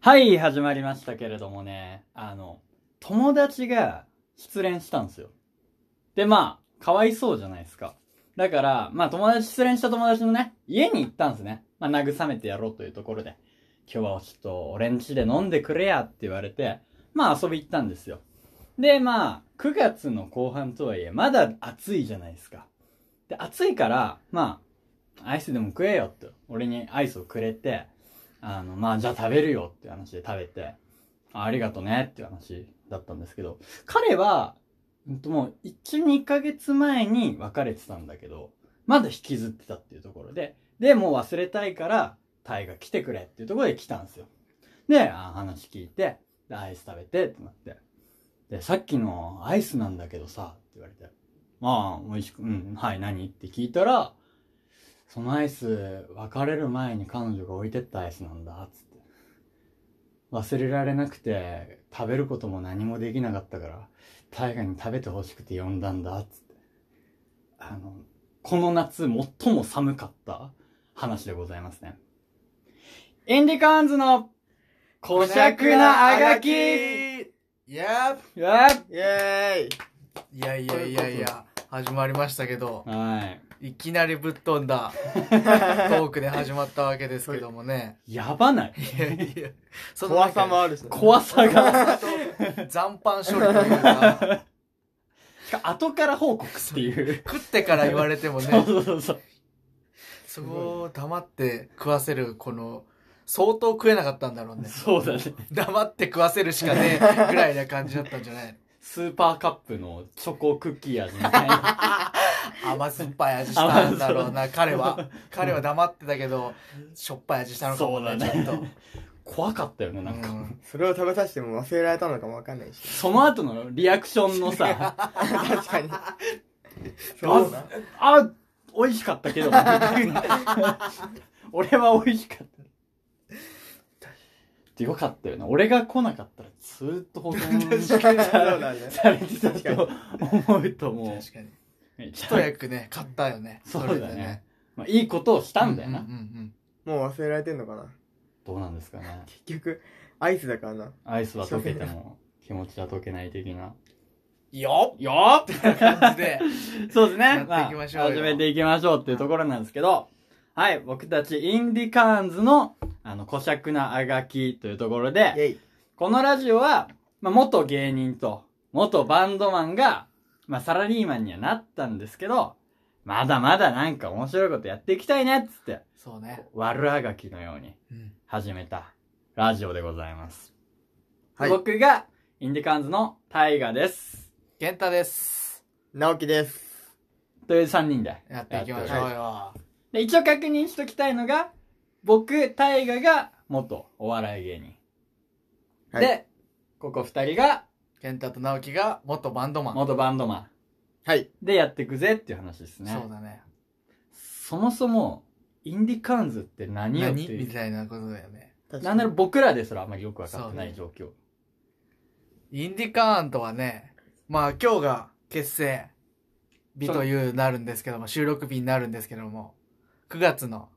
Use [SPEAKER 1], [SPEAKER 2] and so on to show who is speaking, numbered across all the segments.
[SPEAKER 1] はい、始まりましたけれどもね、あの、友達が失恋したんですよ。で、まあ、かわいそうじゃないですか。だから、まあ友達、失恋した友達のね、家に行ったんですね。まあ慰めてやろうというところで、今日はちょっと俺ん家で飲んでくれやって言われて、まあ遊び行ったんですよ。で、まあ、9月の後半とはいえ、まだ暑いじゃないですか。で、暑いから、まあ、アイスでも食えよって、俺にアイスをくれて、あの、まあ、じゃあ食べるよって話で食べて、あありがとねっていう話だったんですけど、彼は、うんともう1、2ヶ月前に別れてたんだけど、まだ引きずってたっていうところで、で、もう忘れたいから、タイが来てくれっていうところで来たんですよ。で、あ話聞いて、で、アイス食べてってなって。で、さっきのアイスなんだけどさ、って言われて。ああ、美味しく、うん、はい、何って聞いたら、そのアイス、別れる前に彼女が置いてったアイスなんだ、つって。忘れられなくて、食べることも何もできなかったから、大河に食べてほしくて呼んだんだ、つって。あの、この夏最も寒かった話でございますね。インディカーンズの、
[SPEAKER 2] お
[SPEAKER 1] こしゃくなあがきうわ
[SPEAKER 2] やっイェーイいやいやいやいや、始まりましたけど、
[SPEAKER 1] はい。
[SPEAKER 2] いきなりぶっ飛 んだトークで始まったわけですけどもね。
[SPEAKER 1] やばない。
[SPEAKER 2] いやいや、その
[SPEAKER 3] 怖さもあるし、ね、
[SPEAKER 1] 怖さが。
[SPEAKER 2] 残飯処理というか、
[SPEAKER 1] しかも後から報告っていう。
[SPEAKER 2] 食ってから言われても
[SPEAKER 1] そう
[SPEAKER 2] ね、
[SPEAKER 1] そうそうそう。
[SPEAKER 2] そこを黙って食わせる、この、相当食えなかったんだろう ね。
[SPEAKER 1] そうだね。
[SPEAKER 2] 黙って食わせるしかねえぐらいな感じだったんじゃない
[SPEAKER 1] スーパーカップのチョコクッキー味みたいな。
[SPEAKER 2] 甘酸っぱい味したんだろうな、彼は。彼は黙ってたけど、しょっぱい味したのかもね、
[SPEAKER 1] そうだね
[SPEAKER 2] ちょっと。
[SPEAKER 1] 怖かったよね、なんか。
[SPEAKER 2] うん
[SPEAKER 3] それを食べさせても忘れられたのかもわかんないし。
[SPEAKER 1] その後のリアクションのさ、
[SPEAKER 3] 確かに。 そうな。
[SPEAKER 1] あ、美味しかったけど、みたいな俺は美味しかった。でよかったよね。俺が来なかったらずーっと保存
[SPEAKER 3] そうなんだね。
[SPEAKER 1] されてたと思うとも
[SPEAKER 2] 確かに。
[SPEAKER 1] う、めちゃ
[SPEAKER 2] 一役ね、買ったよね。
[SPEAKER 1] そう
[SPEAKER 2] れ
[SPEAKER 1] だ
[SPEAKER 2] で
[SPEAKER 1] ね。。まあ、いいことをしたんだよな。
[SPEAKER 2] うんうんうん
[SPEAKER 3] もう忘れられてんのかな。
[SPEAKER 1] どうなんですかね。
[SPEAKER 3] 結局、アイスだからな。
[SPEAKER 1] アイスは溶けても気持ちは溶けない的な。
[SPEAKER 2] うん。よ
[SPEAKER 1] よー
[SPEAKER 2] っ感じで。
[SPEAKER 1] そうですね。
[SPEAKER 2] やっていきましょうよ
[SPEAKER 1] 始めていきましょうっていうところなんですけど、はい、僕たちインディカーンズの、あの、古尺なあがきというところ
[SPEAKER 3] イ
[SPEAKER 1] で、
[SPEAKER 3] ェイ。
[SPEAKER 1] このラジオは、まあ、元芸人と、元バンドマンが、まあ、サラリーマンにはなったんですけど、まだまだなんか面白いことやっていきたいねっつって、
[SPEAKER 2] そうね。
[SPEAKER 1] 悪あがきのように
[SPEAKER 2] うん。
[SPEAKER 1] 始めたラジオでございます。
[SPEAKER 3] はい
[SPEAKER 1] 僕が、インディカーンズのタイガです。
[SPEAKER 2] 健太です。
[SPEAKER 3] 直樹です。
[SPEAKER 1] という3人で
[SPEAKER 2] やっていきまし
[SPEAKER 1] やっており
[SPEAKER 2] ょ
[SPEAKER 1] ま
[SPEAKER 2] うよ。
[SPEAKER 1] で、一応確認しときたいのが、僕、大河が元お笑い芸人。
[SPEAKER 3] はい
[SPEAKER 1] で、ここ二人が
[SPEAKER 2] 健太と直樹が元バンドマン。
[SPEAKER 1] 元バンドマ
[SPEAKER 3] はい。
[SPEAKER 1] ンでやっていくぜっていう話ですね。
[SPEAKER 2] そうだね。
[SPEAKER 1] そもそも、インディカーンズって何よって
[SPEAKER 2] 何
[SPEAKER 1] い
[SPEAKER 2] み
[SPEAKER 1] う。
[SPEAKER 2] たいなことだよね。
[SPEAKER 3] 確
[SPEAKER 1] なんなら
[SPEAKER 3] か
[SPEAKER 1] 僕らですらあんまりよくわかってない状況。
[SPEAKER 2] インディカーンとはね、まあ今日が結成日というなるんですけども、収録日になるんですけども、9月の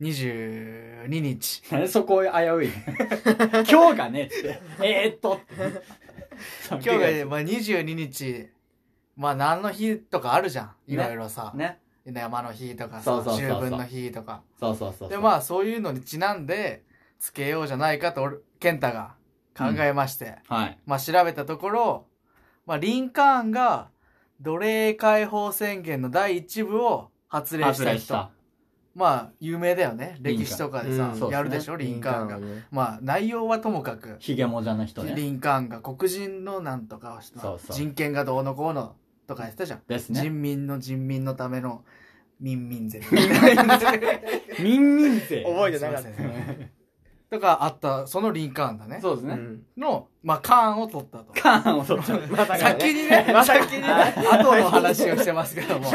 [SPEAKER 2] 22日、
[SPEAKER 1] なんで そこ危うい今日がねって。えー、っとって。
[SPEAKER 2] 今日がね、まあ22日、まあ何の日とかあるじゃん。いろいろさ、
[SPEAKER 1] ね。
[SPEAKER 2] 山の日とか
[SPEAKER 1] そう
[SPEAKER 2] さ
[SPEAKER 1] そう、そう
[SPEAKER 2] 秋
[SPEAKER 1] そう
[SPEAKER 2] 分の日とか。
[SPEAKER 1] そうそうそうそう。
[SPEAKER 2] で、まあそういうのにちなんで、つけようじゃないかと俺、健太が考えまして、
[SPEAKER 1] あ、はい。
[SPEAKER 2] まあ調べたところ、まあリンカーンが奴隷解放宣言の第一部を発令し
[SPEAKER 1] 外
[SPEAKER 2] た
[SPEAKER 1] れ
[SPEAKER 2] 人。。まあ有名だよね。歴史とかで
[SPEAKER 3] リンカーン
[SPEAKER 2] さ
[SPEAKER 3] う
[SPEAKER 1] そう、
[SPEAKER 3] ん
[SPEAKER 1] ですね
[SPEAKER 2] やるでしょ、
[SPEAKER 3] に
[SPEAKER 2] リンカーンが
[SPEAKER 3] リ。はね
[SPEAKER 2] まあ内容はともかく、
[SPEAKER 1] ヒゲもじゃの人ね。
[SPEAKER 2] リンカーンが黒人のなんとかをした
[SPEAKER 1] そうそう
[SPEAKER 2] 人権がどうのこうのとか言ってたじゃん。
[SPEAKER 1] ですね。
[SPEAKER 2] 人民の人民のための民 民税。
[SPEAKER 1] みんみん勢。
[SPEAKER 3] 覚えてなかっ
[SPEAKER 2] すいませんとかあった、そのリンカーンだね。
[SPEAKER 1] そうです
[SPEAKER 3] た。
[SPEAKER 1] ね。
[SPEAKER 3] うん。
[SPEAKER 2] の、まあカーンを取ったと。
[SPEAKER 1] カーンを取っちゃ う。
[SPEAKER 3] まさか
[SPEAKER 2] 先にね、
[SPEAKER 3] まさかね
[SPEAKER 2] 後の話をしてますけども。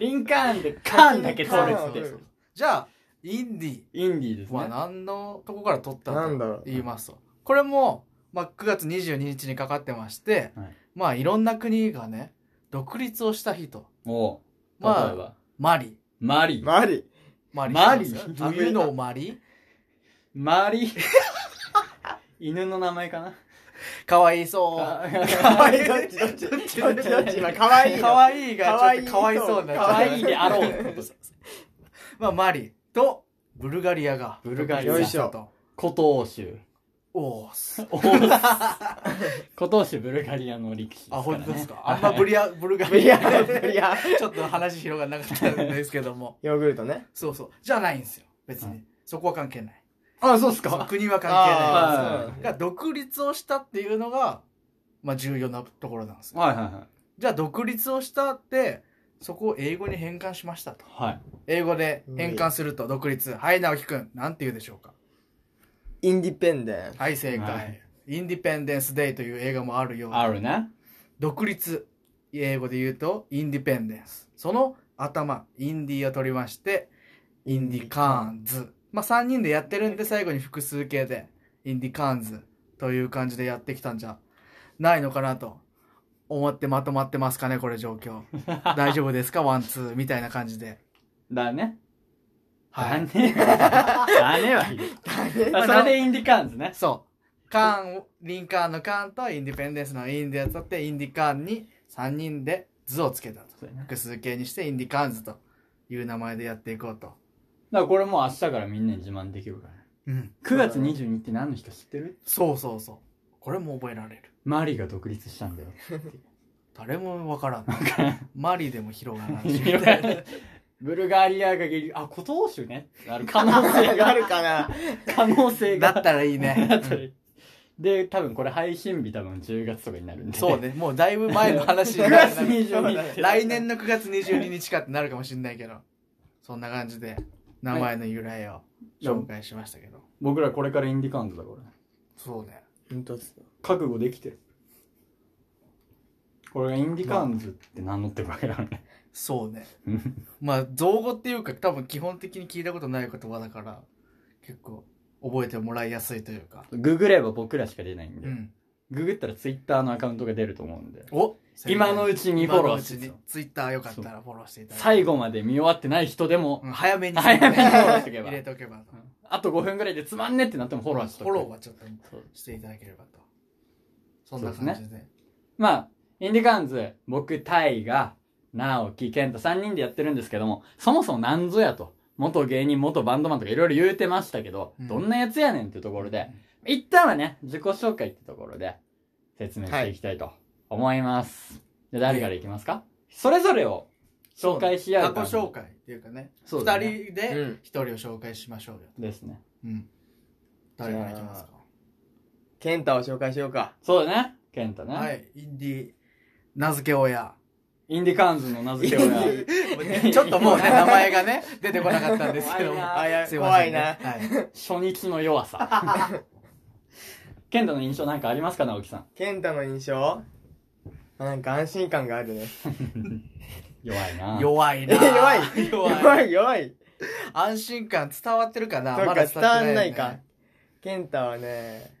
[SPEAKER 1] リンカーンでカーンだけ取る
[SPEAKER 3] カーンを
[SPEAKER 1] って
[SPEAKER 3] 取る。
[SPEAKER 2] じゃあ、インディ
[SPEAKER 1] インディーですね
[SPEAKER 2] は。何のとこから取った
[SPEAKER 3] なんだろ
[SPEAKER 2] と
[SPEAKER 3] う
[SPEAKER 2] 言いますと。これも、まあ、9月22日にかかってまして、
[SPEAKER 1] はい
[SPEAKER 2] まあいろんな国がね、独立をした日と。
[SPEAKER 1] おう。例え
[SPEAKER 2] まあ
[SPEAKER 1] ば、
[SPEAKER 2] マリ。
[SPEAKER 1] マリ。
[SPEAKER 3] マリ。
[SPEAKER 2] マリ。
[SPEAKER 1] マリ
[SPEAKER 2] どういうのマリ
[SPEAKER 1] マリ。犬の名前かな
[SPEAKER 2] かわ いそう。
[SPEAKER 1] か
[SPEAKER 3] かわいい。どっちどっちどっちどっちどっち今、かわいいの。
[SPEAKER 2] かわいいがちょっと
[SPEAKER 3] か
[SPEAKER 2] か
[SPEAKER 3] わ
[SPEAKER 2] わ
[SPEAKER 3] い
[SPEAKER 2] い
[SPEAKER 3] そう
[SPEAKER 2] そうになっちゃう。
[SPEAKER 3] かわ
[SPEAKER 1] いいであろうって こと
[SPEAKER 2] まあ、マリとブルガリアが。
[SPEAKER 1] ブルガ
[SPEAKER 3] リアよいしょ
[SPEAKER 2] と。
[SPEAKER 1] 古東州。
[SPEAKER 2] おーす。
[SPEAKER 1] 古東州ブルガリアの力士ですから、
[SPEAKER 2] あ、
[SPEAKER 1] ね。
[SPEAKER 2] 本当ですか。あんまブリア、ブルガ
[SPEAKER 3] ブ
[SPEAKER 2] リ
[SPEAKER 3] リ
[SPEAKER 2] ア
[SPEAKER 3] ア、。ブリア。
[SPEAKER 2] ちょっと話広がんなかったんですけども。
[SPEAKER 3] ヨーグルトね。
[SPEAKER 2] そうそう。じゃないんですよ。別
[SPEAKER 1] は
[SPEAKER 2] に。そこは関係ない。
[SPEAKER 1] あ、そうです
[SPEAKER 2] そう
[SPEAKER 1] か。
[SPEAKER 2] 国は関係
[SPEAKER 1] あーそ
[SPEAKER 2] ない
[SPEAKER 1] うなん
[SPEAKER 2] ですが独立をしたっていうのが、まあ、重要なところなんですよ
[SPEAKER 1] はいは
[SPEAKER 2] じゃあ独立をしたってそこを英語に変換しましたと
[SPEAKER 1] いはい。はい。
[SPEAKER 2] 英語で変換すると独立はい直樹くんなんて言うでしょうか
[SPEAKER 3] インディペンデン。
[SPEAKER 2] はい正解、
[SPEAKER 1] はい
[SPEAKER 2] インディペンデンス・デイという映画もあるよう
[SPEAKER 1] あ
[SPEAKER 2] に
[SPEAKER 1] るね。
[SPEAKER 2] 独立英語で言うとインディペンデンスその頭インディを取りましてインディカーンズまあ3人でやってるんで最後に複数形でインディカーンズという感じでやってきたんじゃないのかなと思ってまとまってますかねこれ状況大丈夫ですかワンツーみたいな感じで
[SPEAKER 1] だね。
[SPEAKER 2] は
[SPEAKER 1] だ
[SPEAKER 2] い
[SPEAKER 1] ね。だねはいい。
[SPEAKER 3] だ
[SPEAKER 1] あそれでインディカーンズね。
[SPEAKER 2] そうカーンをリンカーンのカーンとインディペンデンスのインディを取ってインディカーンに3人で図をつけたと
[SPEAKER 1] そうやなだか
[SPEAKER 2] 複数形にしてインディカーンズという名前でやっていこうと。
[SPEAKER 1] らこれもう明日からみんなに自慢できるからね。
[SPEAKER 2] うん。
[SPEAKER 1] 9月22って何の人知ってる
[SPEAKER 2] そうそうそう。これも覚えられる。
[SPEAKER 1] マリが独立したんだよ。
[SPEAKER 2] 誰もわ からん。マリでも広がらんし。
[SPEAKER 1] ブルガリアがゲリ、あ、古東州ね。ある可能性
[SPEAKER 3] あ
[SPEAKER 1] が、
[SPEAKER 3] るかな。
[SPEAKER 1] 可能性
[SPEAKER 2] だ
[SPEAKER 1] が。
[SPEAKER 2] ったらいい
[SPEAKER 1] だ
[SPEAKER 2] ね
[SPEAKER 1] っ。たり で、多分これ配信日多分10月とかになるんで。
[SPEAKER 2] そうね。もうだいぶ前の話に
[SPEAKER 1] 9
[SPEAKER 2] な
[SPEAKER 1] 月
[SPEAKER 2] る
[SPEAKER 1] 22日。
[SPEAKER 2] 来年の9月22日かってなるかもしれないけど。そんな感じで、名前の由来を紹介しましたけど。
[SPEAKER 1] 僕らこれからインディカウントだから。
[SPEAKER 2] そうね。
[SPEAKER 3] 本当っすよ
[SPEAKER 1] 覚悟できてる。これがインディカウンズって名乗ってるわけだからね。
[SPEAKER 2] そうね。
[SPEAKER 1] うん
[SPEAKER 2] まあ、造語っていうか、多分基本的に聞いたことない言葉だから、結構覚えてもらいやすいというか。
[SPEAKER 1] ググれば僕らしか出ないんで。
[SPEAKER 2] うん。
[SPEAKER 1] ググったらツイッターのアカウントが出ると思うんで。
[SPEAKER 2] お
[SPEAKER 1] 今のうちにフォローし
[SPEAKER 2] してて。ツイッターよかったらフォローしていただいて。
[SPEAKER 1] 最後まで見終わってない人でも、
[SPEAKER 2] うん早めに。
[SPEAKER 1] 早めにフォローしとけば
[SPEAKER 2] 入れとけばと。
[SPEAKER 1] あと5分ぐらいでつまんねってなってもフォローしと
[SPEAKER 2] フォ
[SPEAKER 1] く
[SPEAKER 2] ローはちょっと
[SPEAKER 1] そう
[SPEAKER 2] していただければと。そんな感じで。
[SPEAKER 1] まあ、インディカウンズ、僕、タイガ、直樹、健太3人でやってるんですけども、そもそもなんぞやと。元芸人、元バンドマンとかいろいろ言うてましたけど、
[SPEAKER 2] うん
[SPEAKER 1] どんなやつやねんっていうところで、一旦はね、自己紹介ってところで説明していきたいと思います。で誰からいきますかそれぞれを紹介し合う
[SPEAKER 2] 自己紹
[SPEAKER 1] 介。
[SPEAKER 2] 介っていうかね。二
[SPEAKER 1] そう
[SPEAKER 2] 人
[SPEAKER 1] だね
[SPEAKER 2] で
[SPEAKER 3] うん
[SPEAKER 2] 一人を紹介しましょうよ。
[SPEAKER 1] ですね。
[SPEAKER 2] うん。誰からいきますか
[SPEAKER 3] ケンタを紹介しようか。
[SPEAKER 1] そうだね、健太ね。
[SPEAKER 2] はい。インディ、名付 け親。
[SPEAKER 1] インディカウンズの名付け親。
[SPEAKER 3] インデ
[SPEAKER 2] ちょっともうね、名前がね、出てこなかったんですけども。
[SPEAKER 1] 怖いな
[SPEAKER 3] あ、いや、
[SPEAKER 2] すま
[SPEAKER 3] 怖
[SPEAKER 2] せ
[SPEAKER 3] い
[SPEAKER 2] んね
[SPEAKER 3] な。
[SPEAKER 2] はい。
[SPEAKER 1] 初日の弱さ。健太の印象なんかありますか、直樹さん。
[SPEAKER 3] ケンタの印象あなんか安心感があるね。
[SPEAKER 1] 弱いな。
[SPEAKER 2] 弱いな。
[SPEAKER 3] え 弱い
[SPEAKER 2] 弱い。
[SPEAKER 3] 弱 い弱い。
[SPEAKER 2] 安心感伝わってるかな
[SPEAKER 3] そう
[SPEAKER 2] ま
[SPEAKER 3] か、
[SPEAKER 2] だ
[SPEAKER 3] 伝わんない
[SPEAKER 2] よ
[SPEAKER 3] か
[SPEAKER 2] ね。。
[SPEAKER 3] ケンタはね、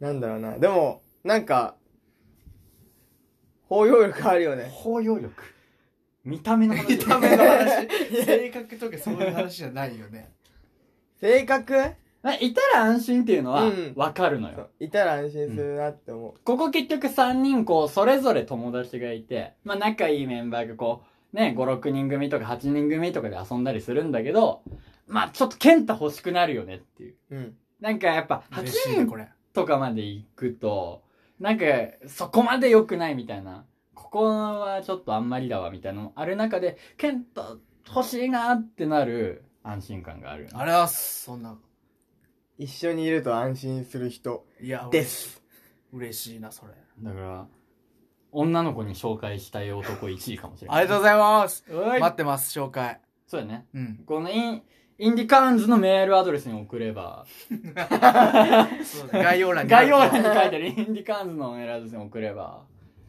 [SPEAKER 3] なんだろうな。でも、なんか、包容力あるよね。
[SPEAKER 1] 包容力。見た目の話。
[SPEAKER 2] 見た目の話、性格とかそういう話じゃないよね。
[SPEAKER 3] 性格
[SPEAKER 1] まあいたら安心っていうのは
[SPEAKER 3] うん
[SPEAKER 1] わかるのよ。
[SPEAKER 3] そういたら安心するなって思う。
[SPEAKER 1] ここ結局3人こう、それぞれ友達がいて、まあ仲いいメンバーがこう、ね、5、6人組とか8人組とかで遊んだりするんだけど、まあちょっと健太欲しくなるよねっていう。
[SPEAKER 3] うん。
[SPEAKER 1] なんかやっぱ8
[SPEAKER 2] 嬉しいね、
[SPEAKER 1] 人
[SPEAKER 2] これ。
[SPEAKER 1] とかまで行くと、なんかそこまで良くないみたいな。ここはちょっとあんまりだわみたいなのもある中で、健太欲しいなってなる安心感があるよね。
[SPEAKER 2] あれは、そんな。
[SPEAKER 3] 一緒にいると安心する人
[SPEAKER 2] いや、
[SPEAKER 3] です。
[SPEAKER 2] 嬉しいな、それ。
[SPEAKER 1] だから、女の子に紹介したい男1位かもしれない。
[SPEAKER 2] ありがとうございます。
[SPEAKER 1] おい
[SPEAKER 2] 待ってます、紹介。
[SPEAKER 1] そうやね。
[SPEAKER 2] うん。
[SPEAKER 1] このイン、インディカウンズのメールアドレスに送れば、
[SPEAKER 2] 概要欄に。
[SPEAKER 1] 概要欄に書いてあるインディカウンズのメールアドレスに送れば、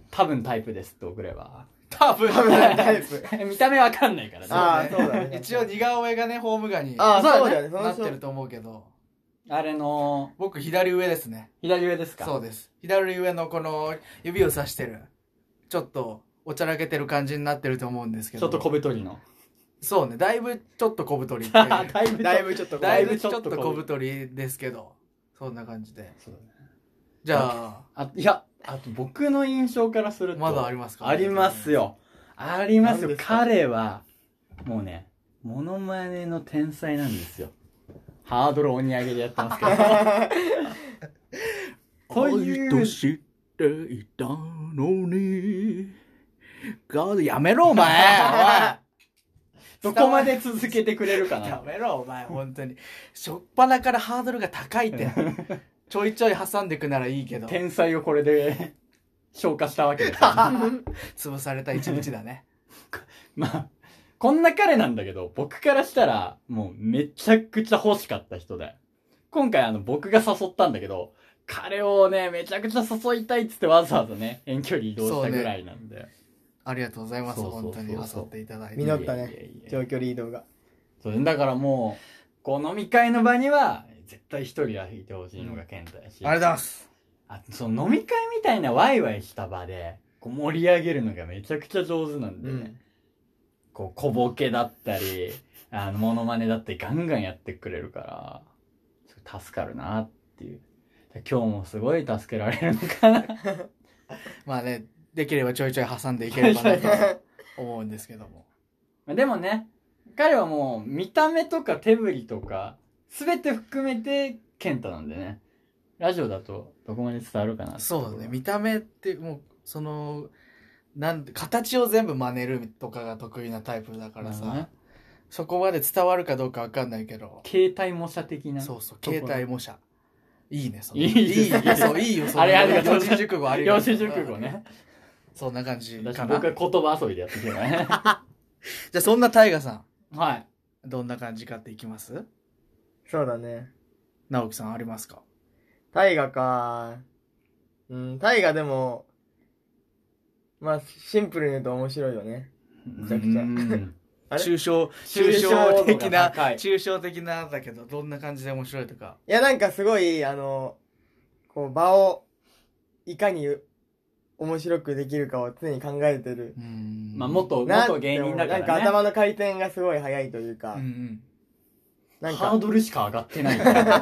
[SPEAKER 1] 多分タイプですって送れば。
[SPEAKER 2] 多分。
[SPEAKER 3] 多分タイプ。
[SPEAKER 1] 見た目わかんないからね。
[SPEAKER 3] あ
[SPEAKER 1] あ
[SPEAKER 3] ーそうだね
[SPEAKER 2] 一応似顔絵がね、ホーム画に
[SPEAKER 3] ああ、そうだよね。そ
[SPEAKER 2] な
[SPEAKER 3] の
[SPEAKER 2] って
[SPEAKER 3] 人
[SPEAKER 2] ると思うけど、
[SPEAKER 1] れの、
[SPEAKER 2] 僕左上ですね。
[SPEAKER 1] 左上ですか
[SPEAKER 2] そうです。左上のこの指を指してる、ちょっとおちゃらけてる感じになってると思うんですけ
[SPEAKER 1] ちょ
[SPEAKER 2] ど。
[SPEAKER 1] っと小太りの。
[SPEAKER 2] そうね、だいぶちょっと小太りってい う
[SPEAKER 1] だいぶ、
[SPEAKER 3] だいぶちょっと怖
[SPEAKER 2] だ
[SPEAKER 3] い
[SPEAKER 2] いぶちょっと小太りですけど、そんな感じで。
[SPEAKER 1] そうだね
[SPEAKER 2] じゃ
[SPEAKER 1] あ、いや、あと僕の印象からする
[SPEAKER 2] あ、
[SPEAKER 1] と。
[SPEAKER 2] まだありますか
[SPEAKER 1] あります。よ。ありますよ
[SPEAKER 3] 何。ですか
[SPEAKER 1] 彼は、もうね、モノマネの天才なんですよ。ハードルをおに上げでやってますけ ど。という、
[SPEAKER 2] っていたのに。ガードやめろ、お前
[SPEAKER 1] どこまで続けてくれるか
[SPEAKER 2] おいや
[SPEAKER 1] な。
[SPEAKER 2] めろ、お前、本当に。しょっぱなからハードルが高いって。ちょいちょい挟んでくならいいけど。
[SPEAKER 1] 天才をこれで 消化したわけですよ。
[SPEAKER 2] 潰された一日だね。
[SPEAKER 1] まあ、こんな彼なんだけど、僕からしたら、もうめちゃくちゃ欲しかった人で。今回あの、僕が誘ったんだけど、彼をね、めちゃくちゃ誘いたいっつってわざわざね、遠距離移動したぐらいなんで。
[SPEAKER 2] ありがとうございます、
[SPEAKER 1] そうそうそう
[SPEAKER 2] 本
[SPEAKER 1] そう
[SPEAKER 2] 当に誘っていただいて
[SPEAKER 3] みん。実なったね
[SPEAKER 1] いやいやいや
[SPEAKER 3] 長距離移動が。
[SPEAKER 1] そうだからもう、こう飲み会の場には、絶対一人は引いてほしいのが健太やし。
[SPEAKER 2] ありがとうございます。
[SPEAKER 1] あその飲み会みたいなワイワイした場で、こう盛り上げるのがめちゃくちゃ上手なんでね。
[SPEAKER 3] うん
[SPEAKER 1] こう、小ボケだったり、あの、モノマネだってガンガンやってくれるから、すごい助かるなっていう。今日もすごい助けられるのかな。
[SPEAKER 2] まあね、できればちょいちょい挟んでいければなと思うんですけども。
[SPEAKER 1] まあ でもね、彼はもう、見た目とか手振りとか、すべて含めて、健太なんでね。ラジオだと、どこまで伝わるかなってとこ
[SPEAKER 2] そ
[SPEAKER 1] ろ
[SPEAKER 2] うだね、見た目ってもう、その、なん形を全部真似るとかが得意なタイプだから
[SPEAKER 1] な
[SPEAKER 2] さ、
[SPEAKER 1] るほどね
[SPEAKER 2] そこまで伝わるかどうかわかんないけど、
[SPEAKER 1] 携帯模写的な。
[SPEAKER 2] そうそう、
[SPEAKER 1] どこ
[SPEAKER 2] 携帯模写。いいね、その
[SPEAKER 1] いい
[SPEAKER 2] いいよ、そう、いいよ、その
[SPEAKER 1] あれありがとう
[SPEAKER 2] 四字熟語ありが
[SPEAKER 1] 四
[SPEAKER 2] とう
[SPEAKER 1] 字熟語ね。。
[SPEAKER 2] そんな感じ
[SPEAKER 1] 私
[SPEAKER 2] かな。
[SPEAKER 1] 僕
[SPEAKER 2] じゃ
[SPEAKER 1] は言葉遊びでやってきたからね。
[SPEAKER 2] あそんな大河さん、
[SPEAKER 1] はい。
[SPEAKER 2] どんな感じかっていきます
[SPEAKER 3] そうだね。
[SPEAKER 2] 直樹さんありますか
[SPEAKER 3] 大河か。うん、大河でも、まあ、シンプルに言うと面白いよね。めちゃくちゃ
[SPEAKER 1] うん
[SPEAKER 3] あれ
[SPEAKER 2] 抽象、
[SPEAKER 1] 抽
[SPEAKER 2] 抽
[SPEAKER 1] 象
[SPEAKER 2] 象
[SPEAKER 1] 度
[SPEAKER 2] 的
[SPEAKER 1] が
[SPEAKER 2] な、
[SPEAKER 1] 高い
[SPEAKER 2] 抽象的なだけど、どんな感じで面白いとか。
[SPEAKER 3] いや、なんかすごい、あの、こう、場を、いかに面白くできるかを常に考えてる。
[SPEAKER 2] うん
[SPEAKER 1] まあ、元、
[SPEAKER 3] な
[SPEAKER 1] 元芸人だからね。
[SPEAKER 3] なんか頭の回転がすごい速いというか、
[SPEAKER 2] うんうん。
[SPEAKER 3] なん
[SPEAKER 1] ハー
[SPEAKER 3] か、
[SPEAKER 1] ドルしか上がってない から。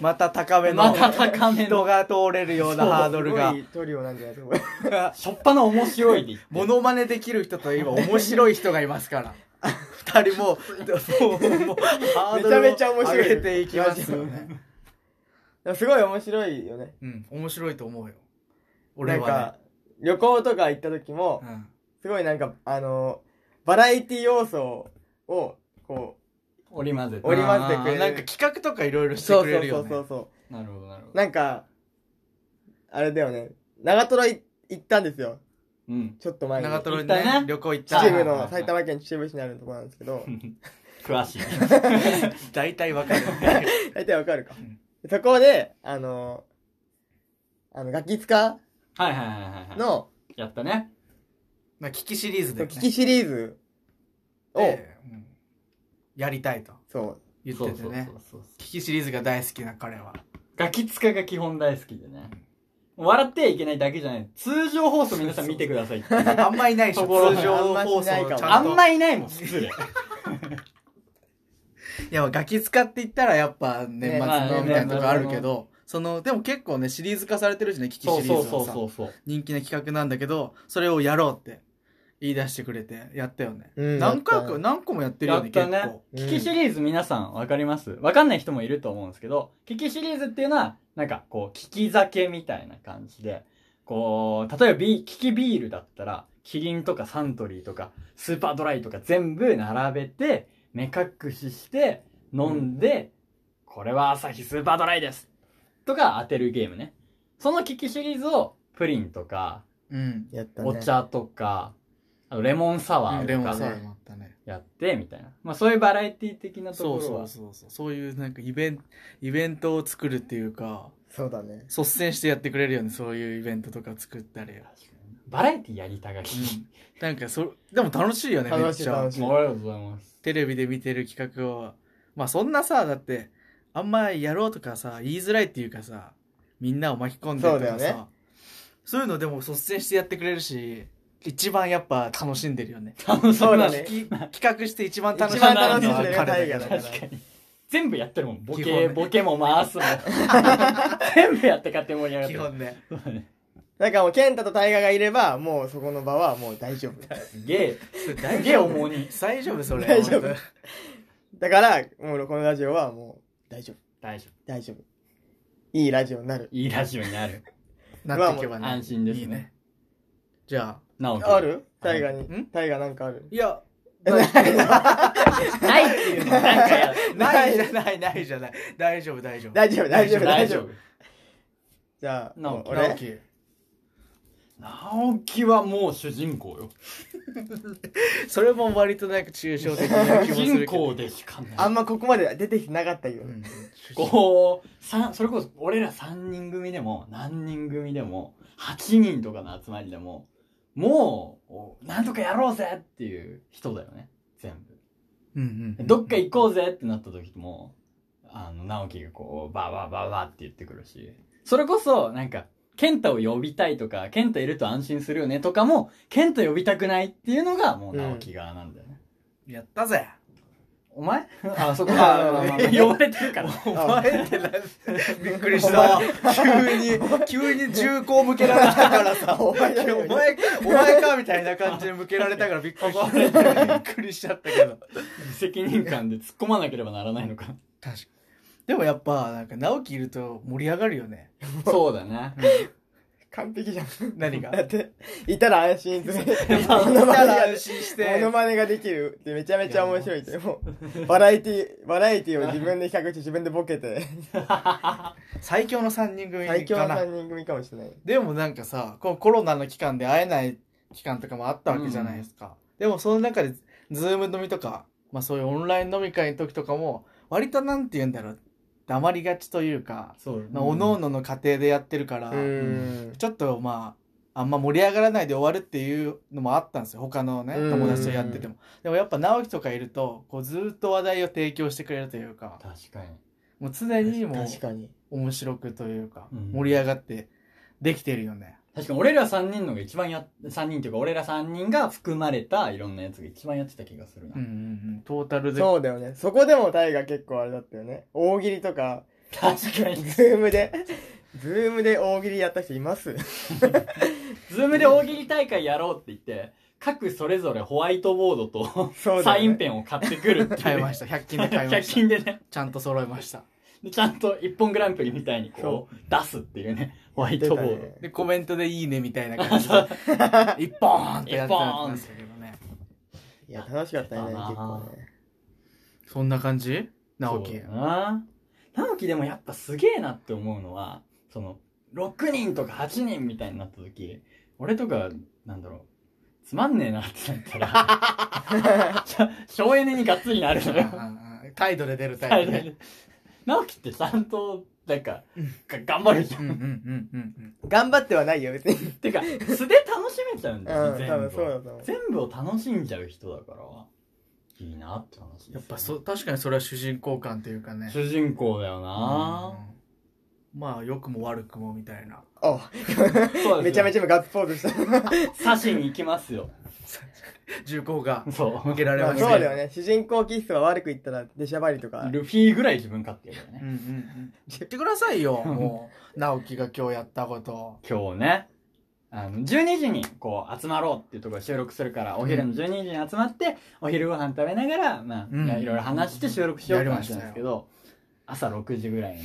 [SPEAKER 2] また高めの、
[SPEAKER 1] また高め
[SPEAKER 2] 人
[SPEAKER 1] の。
[SPEAKER 2] が通れるようなハードルが
[SPEAKER 3] すご。いトリオなんじゃないですか、これ。
[SPEAKER 1] しょっぱな面白いで言って。
[SPEAKER 2] モノマネできる人といえば面白い人がいますから。二人も、もう、もう、ハードルを
[SPEAKER 3] めちゃめちゃ面白い
[SPEAKER 2] 上げていきますよね。
[SPEAKER 3] でもすごい面白いよね。
[SPEAKER 2] うん、面白いと思うよ。俺
[SPEAKER 3] なん
[SPEAKER 2] は
[SPEAKER 3] か、旅行とか行った時も
[SPEAKER 2] ね、、
[SPEAKER 3] すごいなんか、あの、バラエティ要素を、こ
[SPEAKER 1] 織り交ぜ
[SPEAKER 3] 織り
[SPEAKER 1] て。
[SPEAKER 3] 交ぜてくれ
[SPEAKER 2] あー
[SPEAKER 3] る
[SPEAKER 2] なんか企画とかいろいろ
[SPEAKER 3] う、
[SPEAKER 2] して
[SPEAKER 3] そ
[SPEAKER 2] く
[SPEAKER 3] う
[SPEAKER 2] れ
[SPEAKER 3] そう
[SPEAKER 2] る
[SPEAKER 3] そ
[SPEAKER 2] よ
[SPEAKER 3] うそう
[SPEAKER 2] ね。
[SPEAKER 3] そ
[SPEAKER 1] なるほど、なるほ
[SPEAKER 3] う。
[SPEAKER 1] ど。
[SPEAKER 3] なんか、あれだよね。長瀞い行ったんですよ。
[SPEAKER 1] うん。
[SPEAKER 3] ちょっと前に。
[SPEAKER 2] 長瀞に
[SPEAKER 1] 行った
[SPEAKER 2] ね
[SPEAKER 1] ね、
[SPEAKER 2] 旅行行っ
[SPEAKER 1] はいはい
[SPEAKER 2] た
[SPEAKER 1] はい
[SPEAKER 3] 秩父
[SPEAKER 1] はい
[SPEAKER 3] の、埼玉県秩父市にあるとこなんですけど、
[SPEAKER 1] 詳 しい。
[SPEAKER 2] 大体わかるよね。
[SPEAKER 3] 大体わかるか
[SPEAKER 2] うん。
[SPEAKER 3] そこで、あの、あの、ガキ使
[SPEAKER 1] はいはいはいはいはい。
[SPEAKER 3] の、
[SPEAKER 1] やったね。
[SPEAKER 2] まあ、聞きシリーズで、
[SPEAKER 3] 聞
[SPEAKER 2] ね。
[SPEAKER 3] きシリーズを、
[SPEAKER 2] でうんやりたいと
[SPEAKER 3] そう、
[SPEAKER 2] 言ってて
[SPEAKER 1] そう
[SPEAKER 2] ね。
[SPEAKER 1] そうそうそう
[SPEAKER 2] 聞きシリーズが大好きな彼は。
[SPEAKER 1] ガキツカが基本大好きでね。笑ってはいけないだけじゃない。通常放送皆さん見てくださいっ ていう。
[SPEAKER 2] あんまいないでしょ、
[SPEAKER 1] ところ
[SPEAKER 2] 通常
[SPEAKER 3] あんま
[SPEAKER 2] 放送
[SPEAKER 3] しないかも
[SPEAKER 2] ちゃ
[SPEAKER 1] あ
[SPEAKER 2] んと
[SPEAKER 1] んまいないもん、失 礼。
[SPEAKER 2] いや、ガキ使って言ったらやっぱ年末
[SPEAKER 3] ねまあ
[SPEAKER 2] の
[SPEAKER 3] ね
[SPEAKER 2] みたいなとこあるけど、その、でも結構ね、シリーズ化されてるしね、聞きシリ
[SPEAKER 1] そうそ
[SPEAKER 2] ー
[SPEAKER 1] う
[SPEAKER 2] ズ
[SPEAKER 1] そ
[SPEAKER 2] は
[SPEAKER 1] う
[SPEAKER 2] さ
[SPEAKER 1] そ、うそう。
[SPEAKER 2] 人気な企画なんだけど、それをやろうって言い出してくれて、やったよね。
[SPEAKER 3] うん
[SPEAKER 2] 何回
[SPEAKER 3] やった
[SPEAKER 2] か、
[SPEAKER 3] ね
[SPEAKER 2] 何個もやってる
[SPEAKER 1] やっ
[SPEAKER 2] よね、
[SPEAKER 1] た
[SPEAKER 2] 結
[SPEAKER 1] ね
[SPEAKER 2] 構。。
[SPEAKER 3] うん
[SPEAKER 1] 聞きシリーズ皆さんわかりますわかんない人もいると思うんですけど、聞きシリーズっていうのは、なんかこう、聞き酒みたいな感じで、こう、例えばビー、聞きビールだったら、キリンとかサントリーとか、スーパードライとか全部並べて、目隠しして、飲んで、これは朝日スーパードライですとか当てるゲームね。その聞きシリーズを、プリンとか、
[SPEAKER 2] うん。
[SPEAKER 3] やったね。
[SPEAKER 1] お茶とか、あのレモンサワー
[SPEAKER 2] レ
[SPEAKER 1] と
[SPEAKER 2] モン
[SPEAKER 1] か
[SPEAKER 2] サワーもあったね。
[SPEAKER 1] やって、みたいな。まあそういうバラエティ的なところ
[SPEAKER 2] そ
[SPEAKER 1] は
[SPEAKER 2] う。そうそうそう。そういうなんかイベント、イベントを作るっていうか、
[SPEAKER 3] そうだね。
[SPEAKER 2] 率先してやってくれるよね、そういうイベントとか作ったり。
[SPEAKER 1] バラエティやりたがき。
[SPEAKER 2] なんかそ、でも楽しいよね、めっ
[SPEAKER 3] 楽しい
[SPEAKER 2] ちゃ
[SPEAKER 3] 楽。しい。
[SPEAKER 1] ありがとうございます。
[SPEAKER 2] テレビで見てる企画を、まあそんなさ、だって、あんまやろうとかさ、言いづらいっていうかさ、みんなを巻き込んでと
[SPEAKER 3] そうだよ
[SPEAKER 2] かさ、
[SPEAKER 3] ね
[SPEAKER 2] そういうのでも率先してやってくれるし、一番やっぱ楽しんでるよね。
[SPEAKER 1] 楽し
[SPEAKER 3] そうだね
[SPEAKER 2] き企画して一番楽しん
[SPEAKER 3] 一
[SPEAKER 2] で
[SPEAKER 3] 番
[SPEAKER 2] る
[SPEAKER 3] 楽し
[SPEAKER 2] の
[SPEAKER 3] ん
[SPEAKER 2] は
[SPEAKER 3] でる
[SPEAKER 2] 彼だ
[SPEAKER 3] 大
[SPEAKER 2] け
[SPEAKER 3] 河
[SPEAKER 2] ど
[SPEAKER 3] だから。
[SPEAKER 1] 確かに。全部やってるもん。ボケ、
[SPEAKER 2] 基本ね
[SPEAKER 1] ボケも回すも。全部やって勝手に盛り上がって
[SPEAKER 2] 基
[SPEAKER 1] る。
[SPEAKER 2] 本ね。
[SPEAKER 1] そうね
[SPEAKER 3] だからもう、健太と大河がいれば、もうそこの場はもう大丈夫。
[SPEAKER 1] すげえ、すげえ重荷。
[SPEAKER 2] 大丈夫それ。
[SPEAKER 3] 大丈夫
[SPEAKER 2] 本
[SPEAKER 3] だから、もうこのラジオはもう、大丈夫。
[SPEAKER 1] 大丈
[SPEAKER 3] 大丈夫。いいラジオになる。
[SPEAKER 1] 夫。いいラジオになる。
[SPEAKER 2] 当なっていけばね。
[SPEAKER 1] 安心です
[SPEAKER 2] いい
[SPEAKER 1] ね。。
[SPEAKER 2] じゃあ。
[SPEAKER 1] なおくん
[SPEAKER 3] ある大河に
[SPEAKER 2] ん。
[SPEAKER 3] 大河なんかある。
[SPEAKER 2] いや、
[SPEAKER 1] ないっていうのはなんかや、
[SPEAKER 2] ないじゃない、ないじゃない。大丈夫、大丈夫。
[SPEAKER 3] 大丈夫、大丈夫、
[SPEAKER 1] 大
[SPEAKER 3] 大
[SPEAKER 1] 丈
[SPEAKER 3] 丈夫
[SPEAKER 1] 夫。。
[SPEAKER 3] じゃあ、
[SPEAKER 1] なお
[SPEAKER 3] もう
[SPEAKER 1] き
[SPEAKER 2] 直
[SPEAKER 3] 俺、
[SPEAKER 2] 樹。
[SPEAKER 1] 直樹はもう主人公よ。
[SPEAKER 2] それも割となんか抽象的な気
[SPEAKER 1] 主
[SPEAKER 2] もする
[SPEAKER 1] 人
[SPEAKER 2] けど。
[SPEAKER 1] 公でしかない。
[SPEAKER 3] あんまここまで出てきてなかったよ
[SPEAKER 2] う。ん。
[SPEAKER 1] こう、三、それこそ、俺ら三人組でも、何人組でも、八人とかの集まりでも、もうお、なんとかやろうぜっていう人だよね。全
[SPEAKER 2] うんう
[SPEAKER 1] 部。
[SPEAKER 2] ん。
[SPEAKER 1] どっか行こうぜってなった時も、あの、直樹がこう、バーバーバーバーって言ってくるし、それこそ、なんか、ケンタを呼びたいとか、ケンタいると安心するよねとかも、ケンタ呼びたくないっていうのが、もう直樹側なんだよね。
[SPEAKER 2] やったぜ。
[SPEAKER 1] お前 あ、そこ
[SPEAKER 3] あまあまあ
[SPEAKER 1] か
[SPEAKER 3] まあ。
[SPEAKER 1] 呼ばれてるから。
[SPEAKER 2] お前ってなんびっくりした。急に、急に銃口向けられたからさ。
[SPEAKER 3] お前だ け
[SPEAKER 2] お前か、お前かみたいな感じで向けられたからびっくりした。びっくりしちゃったけど。
[SPEAKER 1] 責任感で突っ込まなければならないのか。
[SPEAKER 2] 確かに。でもやっぱ、なんか、直樹いると盛り上がるよね。
[SPEAKER 1] そうだね。
[SPEAKER 3] 完璧じゃん。
[SPEAKER 2] 何 が。
[SPEAKER 3] だって、いたら安心する。モノ
[SPEAKER 2] だ
[SPEAKER 3] マ
[SPEAKER 2] か
[SPEAKER 3] ネ
[SPEAKER 2] ら
[SPEAKER 3] が、
[SPEAKER 2] 安心し
[SPEAKER 3] モ
[SPEAKER 2] て
[SPEAKER 3] ノ。マネができるってめちゃめちゃ面白いって。もう、バラエティ、バラエティを自分で比較して自分でボケて、
[SPEAKER 2] 最強の3人組
[SPEAKER 3] 最強
[SPEAKER 2] か
[SPEAKER 3] の
[SPEAKER 2] な。
[SPEAKER 3] 3人組かもしれない。
[SPEAKER 2] でもなんかさ、こうコロナの期間で会えない期間とかもあったわけじゃないですか。でもその中で、ズーム飲みとか、まあそういうオンライン飲み会の時とかも、割となんて言うんだろう、黙りがちというか、
[SPEAKER 1] そう。
[SPEAKER 2] まあ、おのおのの家庭でやってるから、
[SPEAKER 3] うん。
[SPEAKER 2] ちょっとまあ、あんま盛り上がらないで終わるっていうのもあったんですよ。他のね、
[SPEAKER 3] うん
[SPEAKER 2] 友達とやってても。でもやっぱ直樹とかいると、こうずーっと話題を提供してくれるというか、
[SPEAKER 1] 確かに。
[SPEAKER 2] もう常にもう
[SPEAKER 3] 確かに。
[SPEAKER 2] 面白くというか、
[SPEAKER 1] うん
[SPEAKER 2] 盛り上がってできてるよね。
[SPEAKER 1] 確かに俺ら3人のが一番やっ、3人というか俺ら3人が含まれたいろんなやつが一番やってた気がするな。
[SPEAKER 2] うんうんうん、トータルで。
[SPEAKER 3] そうだよね。そこでもタイが結構あれだったよね。大喜利とか、
[SPEAKER 1] 確かに。
[SPEAKER 3] ズームで、ズームで大喜利やった人います
[SPEAKER 1] ズームで大喜利大会やろうって言って、各それぞれホワイトボードと、
[SPEAKER 3] そうだ
[SPEAKER 1] サ
[SPEAKER 3] よね
[SPEAKER 1] インペンを買ってくるっていう。
[SPEAKER 2] 買いました。100均で買いま
[SPEAKER 1] 100
[SPEAKER 2] した。
[SPEAKER 1] 均でね。
[SPEAKER 2] ちゃんと揃えました。
[SPEAKER 1] でちゃんと一本グランプリみたいにこう、出すっていうね。ホワイ
[SPEAKER 3] 出
[SPEAKER 1] ト
[SPEAKER 3] た
[SPEAKER 1] ボード。
[SPEAKER 3] ね
[SPEAKER 2] で、コメントでいいねみたいな感じで。一本ってやってたんですけどね。
[SPEAKER 3] いや、楽しかったよね、
[SPEAKER 1] 出たな
[SPEAKER 3] 結構ね。
[SPEAKER 2] そんな感じ直
[SPEAKER 1] そ
[SPEAKER 2] 樹
[SPEAKER 1] うだ。な直樹でもやっぱすげえなって思うのはその6人とか8人みたいになった時俺とかなんだろうつまんねえなってなったら しょ省エネにがっつりなるの
[SPEAKER 2] うん
[SPEAKER 1] よ
[SPEAKER 2] うんうん態度で出るタイプね。
[SPEAKER 1] 直樹ってちゃんとなんかが頑張るじゃ
[SPEAKER 2] うん
[SPEAKER 1] ん
[SPEAKER 2] うんうんうんうん。
[SPEAKER 3] 頑張ってはないよ、別に。
[SPEAKER 1] てか素で楽しめちゃうんだよ
[SPEAKER 3] うん、
[SPEAKER 1] ね
[SPEAKER 3] 多
[SPEAKER 1] 全
[SPEAKER 3] 分そうだ
[SPEAKER 1] 部
[SPEAKER 3] と思う。
[SPEAKER 1] 全部を楽しんじゃう人だからいいなって話ですよね
[SPEAKER 2] やっぱそ確かにそれは主人公感というかね。
[SPEAKER 1] 主人公だよな
[SPEAKER 2] うんまあ良くも悪くもみたいな。
[SPEAKER 3] お
[SPEAKER 1] そうですよ
[SPEAKER 3] めちゃめちゃ今ガッツポーズした。
[SPEAKER 1] 刺しに行きますよ
[SPEAKER 2] 重厚が
[SPEAKER 1] そう
[SPEAKER 2] 向けられ
[SPEAKER 3] ま
[SPEAKER 2] ま
[SPEAKER 3] あ
[SPEAKER 2] し
[SPEAKER 3] そう
[SPEAKER 2] た
[SPEAKER 3] だよ。ね。主人公気質は悪く言ったら、出しゃばりとか。
[SPEAKER 1] ルフィぐらい自分勝手だよ
[SPEAKER 2] うん
[SPEAKER 1] ね。
[SPEAKER 2] うんうん。言ってくださいよ、もう。直樹が今日やったこと。
[SPEAKER 1] 今日ね、あの、12時にこう集まろうっていうところで収録するから、お昼の12時に集まって、お昼ご飯食べながら、まあ、
[SPEAKER 2] うん
[SPEAKER 1] いろいろ話して収録しようって
[SPEAKER 2] やりまし
[SPEAKER 1] 話
[SPEAKER 2] た
[SPEAKER 1] なん
[SPEAKER 2] よ
[SPEAKER 1] ですけど、朝6時ぐらいに、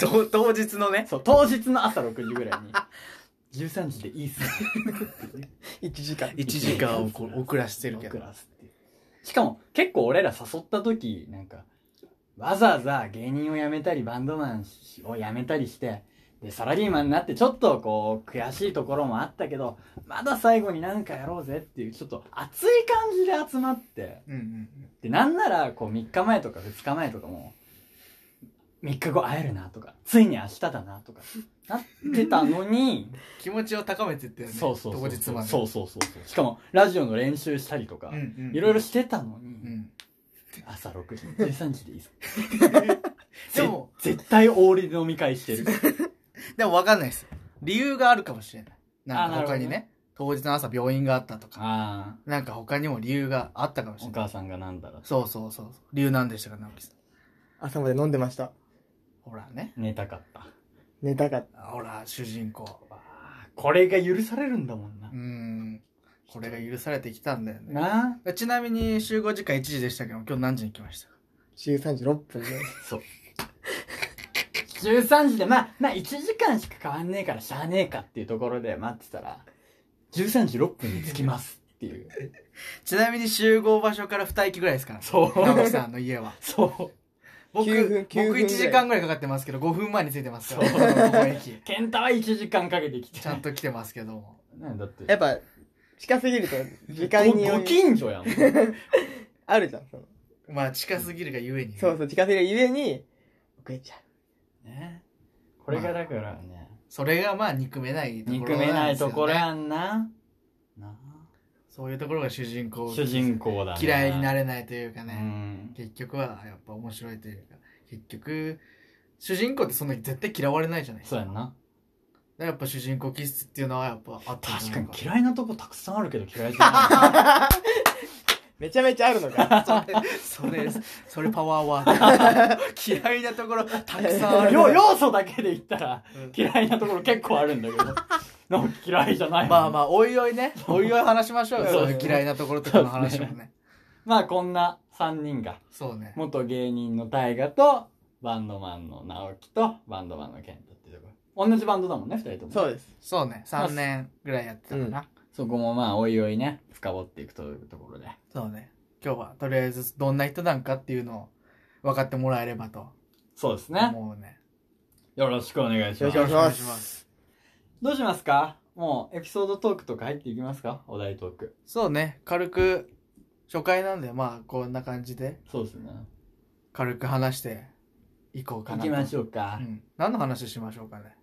[SPEAKER 2] と当日のね。
[SPEAKER 1] そう、当日の朝6時ぐら いに、13時でいいっすね。
[SPEAKER 3] 1時間。
[SPEAKER 2] 1時間をこう遅らしてるけ
[SPEAKER 1] 僕
[SPEAKER 2] ど。
[SPEAKER 1] らすっていうしかも、結構俺ら誘った時、なんか、わざわざ芸人を辞めたり、バンドマンを辞めたりして、で、サラリーマンになって、ちょっとこう、悔しいところもあったけど、まだ最後になんかやろうぜっていう、ちょっと熱い感じで集まって、
[SPEAKER 2] うんうん
[SPEAKER 1] で、なんなら、こう、3日前とか2日前とかも、3日後会えるなとか、ついに明日だなとか、なってたのに、
[SPEAKER 2] 気持ちを高めてってよね。
[SPEAKER 1] そうそうそう。
[SPEAKER 2] 当日まで。
[SPEAKER 1] そうそうそうそう。しかも、ラジオの練習したりとか
[SPEAKER 2] うん、うん。
[SPEAKER 1] いろいろしてたのに、
[SPEAKER 2] うん。
[SPEAKER 1] 朝6時13時でいいです
[SPEAKER 2] で
[SPEAKER 1] で
[SPEAKER 2] も
[SPEAKER 1] も絶対オールで飲み会してる
[SPEAKER 2] でも分かんないです。理由があるかもしれない。なん
[SPEAKER 1] あな
[SPEAKER 2] か
[SPEAKER 1] るほ
[SPEAKER 2] 他
[SPEAKER 1] ど
[SPEAKER 2] にね、
[SPEAKER 1] ね
[SPEAKER 2] 当日の朝病院があったとか、
[SPEAKER 1] ああ
[SPEAKER 2] なんか他にも理由があったかもしれ
[SPEAKER 1] お
[SPEAKER 2] ない。
[SPEAKER 1] 母さんがなんだら
[SPEAKER 2] そうそうそうそう。理由なんでしたか、直樹さん。
[SPEAKER 3] 朝まで飲んでました。
[SPEAKER 2] ほらね。
[SPEAKER 1] 寝たかった。
[SPEAKER 3] 寝たかった。
[SPEAKER 2] ほら、主人公。
[SPEAKER 1] これが許されるんだもんな
[SPEAKER 2] う。ん。これが許されてきたんだよね。
[SPEAKER 1] な
[SPEAKER 2] ちなみに集合時間1時でしたけど、今日何時に来ました
[SPEAKER 3] 13時6分で。
[SPEAKER 1] あそう。13時で、まあ、まあ、1時間しか変わんねえからしゃあねえかっていうところで待ってたら、13時6分に着きますっていう。
[SPEAKER 2] ちなみに集合場所から2駅ぐらいですから、
[SPEAKER 1] そう
[SPEAKER 2] ナオキさんの家は。
[SPEAKER 1] そう。
[SPEAKER 2] 僕、
[SPEAKER 3] 9分9分
[SPEAKER 2] 僕
[SPEAKER 3] ぐらい
[SPEAKER 2] 1時間ぐらいかかってますけど、5分前に着いてますから、
[SPEAKER 1] そう
[SPEAKER 2] この駅。
[SPEAKER 1] ケンタは1時間かけてきて。
[SPEAKER 2] ちゃんと来てますけども。
[SPEAKER 1] なんだって。
[SPEAKER 3] やっぱ、近すぎると、時間に
[SPEAKER 1] ご
[SPEAKER 3] 余
[SPEAKER 1] ご
[SPEAKER 3] 裕
[SPEAKER 1] 近所 やもん。
[SPEAKER 3] あるじゃん。その
[SPEAKER 2] まあ、近すぎるがゆえに。
[SPEAKER 3] そうそう、近すぎるゆえに、遅れちゃう。
[SPEAKER 1] ね。これがだからね、
[SPEAKER 2] それがまあ、憎めないところなんです
[SPEAKER 1] 憎
[SPEAKER 2] よね
[SPEAKER 1] めないところやんな。な
[SPEAKER 2] そういうところが主人公。
[SPEAKER 1] 主人公だね。
[SPEAKER 2] 嫌いにな
[SPEAKER 1] る
[SPEAKER 2] れないというか
[SPEAKER 1] ね。う
[SPEAKER 2] ね。
[SPEAKER 1] ん。
[SPEAKER 2] 結局は、やっぱ面白いというか。結局、主人公ってそんなに絶対嫌われないじゃないですか。
[SPEAKER 1] そうやんな。
[SPEAKER 2] だからやっぱ主人公気質っていうのはやっぱあったん
[SPEAKER 1] 確
[SPEAKER 2] じゃ
[SPEAKER 1] か
[SPEAKER 2] ない
[SPEAKER 1] に
[SPEAKER 2] か
[SPEAKER 1] 嫌いなとこたくさんあるけど嫌いじゃない。
[SPEAKER 3] めちゃめちゃある のか。
[SPEAKER 2] それ、それパワーワード。 嫌いなところたくさ んある。
[SPEAKER 1] 要要素だけで言ったら
[SPEAKER 2] うん
[SPEAKER 1] 嫌いなところ結構あるんだけど。 なんか嫌いじゃないもん。
[SPEAKER 2] まあまあ、おいおいね。おいおい話しましょうよ。
[SPEAKER 1] そう
[SPEAKER 2] そういう嫌いなところとかの話も
[SPEAKER 1] そう
[SPEAKER 2] ね。
[SPEAKER 1] まあこんな3人が、
[SPEAKER 2] そうね。
[SPEAKER 1] 元芸人の大河と、バンドマンの直樹と、バンドマンの健太っていうところ。同じバンドだもんね、2人とも。
[SPEAKER 3] そうです。
[SPEAKER 2] そうね。3年ぐらいやってたかな。
[SPEAKER 1] そこもまあ、おいおいね、深掘っていくというところで。
[SPEAKER 2] そうね。今日はとりあえずどんな人なんかっていうのを分かってもらえればと
[SPEAKER 1] そうですね。
[SPEAKER 2] 思うね。
[SPEAKER 1] よろしくお願いし
[SPEAKER 3] よ
[SPEAKER 1] ま
[SPEAKER 3] ろ
[SPEAKER 1] す
[SPEAKER 3] しくお。願いしま。
[SPEAKER 2] お願いします
[SPEAKER 1] どうしますかもう、エピソードトークとか入っていきますかお題トーク。
[SPEAKER 2] そうね。軽く、初回なんで、まあ、こんな感じで
[SPEAKER 1] そうですね。
[SPEAKER 2] 軽く話していこうか
[SPEAKER 1] 行
[SPEAKER 2] な
[SPEAKER 1] きまし
[SPEAKER 2] ょ
[SPEAKER 1] ょうか。
[SPEAKER 2] う
[SPEAKER 1] 今
[SPEAKER 2] ん。何の話しましょうかね。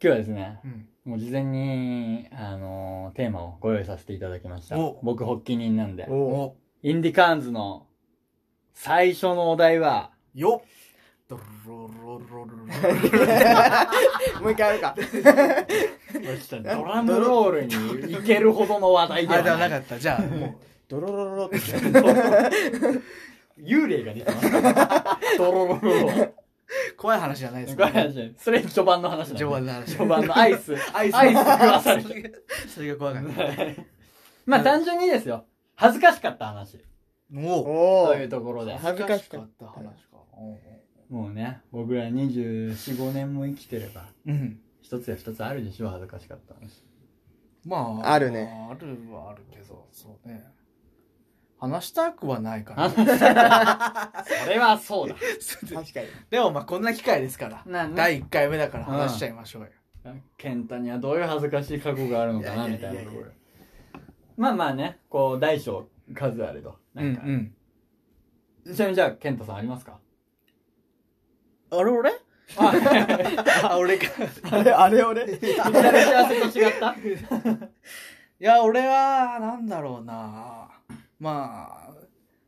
[SPEAKER 1] 日はですね、
[SPEAKER 2] うん。
[SPEAKER 1] もう事前に、あのーテーマをご用意させていただきました
[SPEAKER 2] お。
[SPEAKER 1] 僕、発起人なんで。
[SPEAKER 3] おう
[SPEAKER 2] お
[SPEAKER 1] インディカーンズの最初のお題は、
[SPEAKER 2] よっドロロロロロ
[SPEAKER 3] もう一回やるか。
[SPEAKER 1] ドラムロールにいけるほどの話題で
[SPEAKER 2] あ、
[SPEAKER 1] は
[SPEAKER 2] では
[SPEAKER 1] な。
[SPEAKER 2] ないかった。じゃあ、も
[SPEAKER 3] ドロロロロって。
[SPEAKER 1] 幽霊が出てます。ドロロ ロロ。
[SPEAKER 2] う、怖い話じゃないで す
[SPEAKER 1] これ
[SPEAKER 2] か、
[SPEAKER 1] 話じゃないそれ序盤の話なんで
[SPEAKER 2] 序盤の話。
[SPEAKER 1] 序盤のアイス。
[SPEAKER 2] アイス
[SPEAKER 1] アイス食わされて
[SPEAKER 2] それが怖かった。
[SPEAKER 1] まあ単純にですよ。恥ずかしかった話。
[SPEAKER 2] も
[SPEAKER 3] お
[SPEAKER 1] と
[SPEAKER 3] お
[SPEAKER 1] いうところで。
[SPEAKER 3] 恥ずかしかった
[SPEAKER 2] た話か。
[SPEAKER 1] もうね、僕ら24、5年も生きてれば、
[SPEAKER 2] うん。
[SPEAKER 1] 一つや二つあるでしょ、恥ずかしかった話。
[SPEAKER 2] まあ、
[SPEAKER 3] あるね。
[SPEAKER 2] あるはあるけど、そうね。話したくはないかな。
[SPEAKER 1] それはそうだ。
[SPEAKER 3] 確 かに。
[SPEAKER 2] でもまあこんな機会ですから。
[SPEAKER 1] なな
[SPEAKER 2] 第1回目だから話しちゃいましょうよ。
[SPEAKER 1] 健太にはどういう恥ずかしい過去があるのか
[SPEAKER 2] い
[SPEAKER 1] な、み
[SPEAKER 2] やいやいや
[SPEAKER 1] た
[SPEAKER 2] い
[SPEAKER 1] い
[SPEAKER 2] や
[SPEAKER 1] なところ。まあまあね、こう、大小数あれど。なんか、
[SPEAKER 2] ん。
[SPEAKER 1] ちなみにじゃあ、健太さんあります か
[SPEAKER 2] あれ俺
[SPEAKER 1] あ、
[SPEAKER 2] あ、 俺か。
[SPEAKER 3] あれ、あれ俺。
[SPEAKER 1] 幸せと違った
[SPEAKER 2] いや、俺は、なんだろうな。まあ、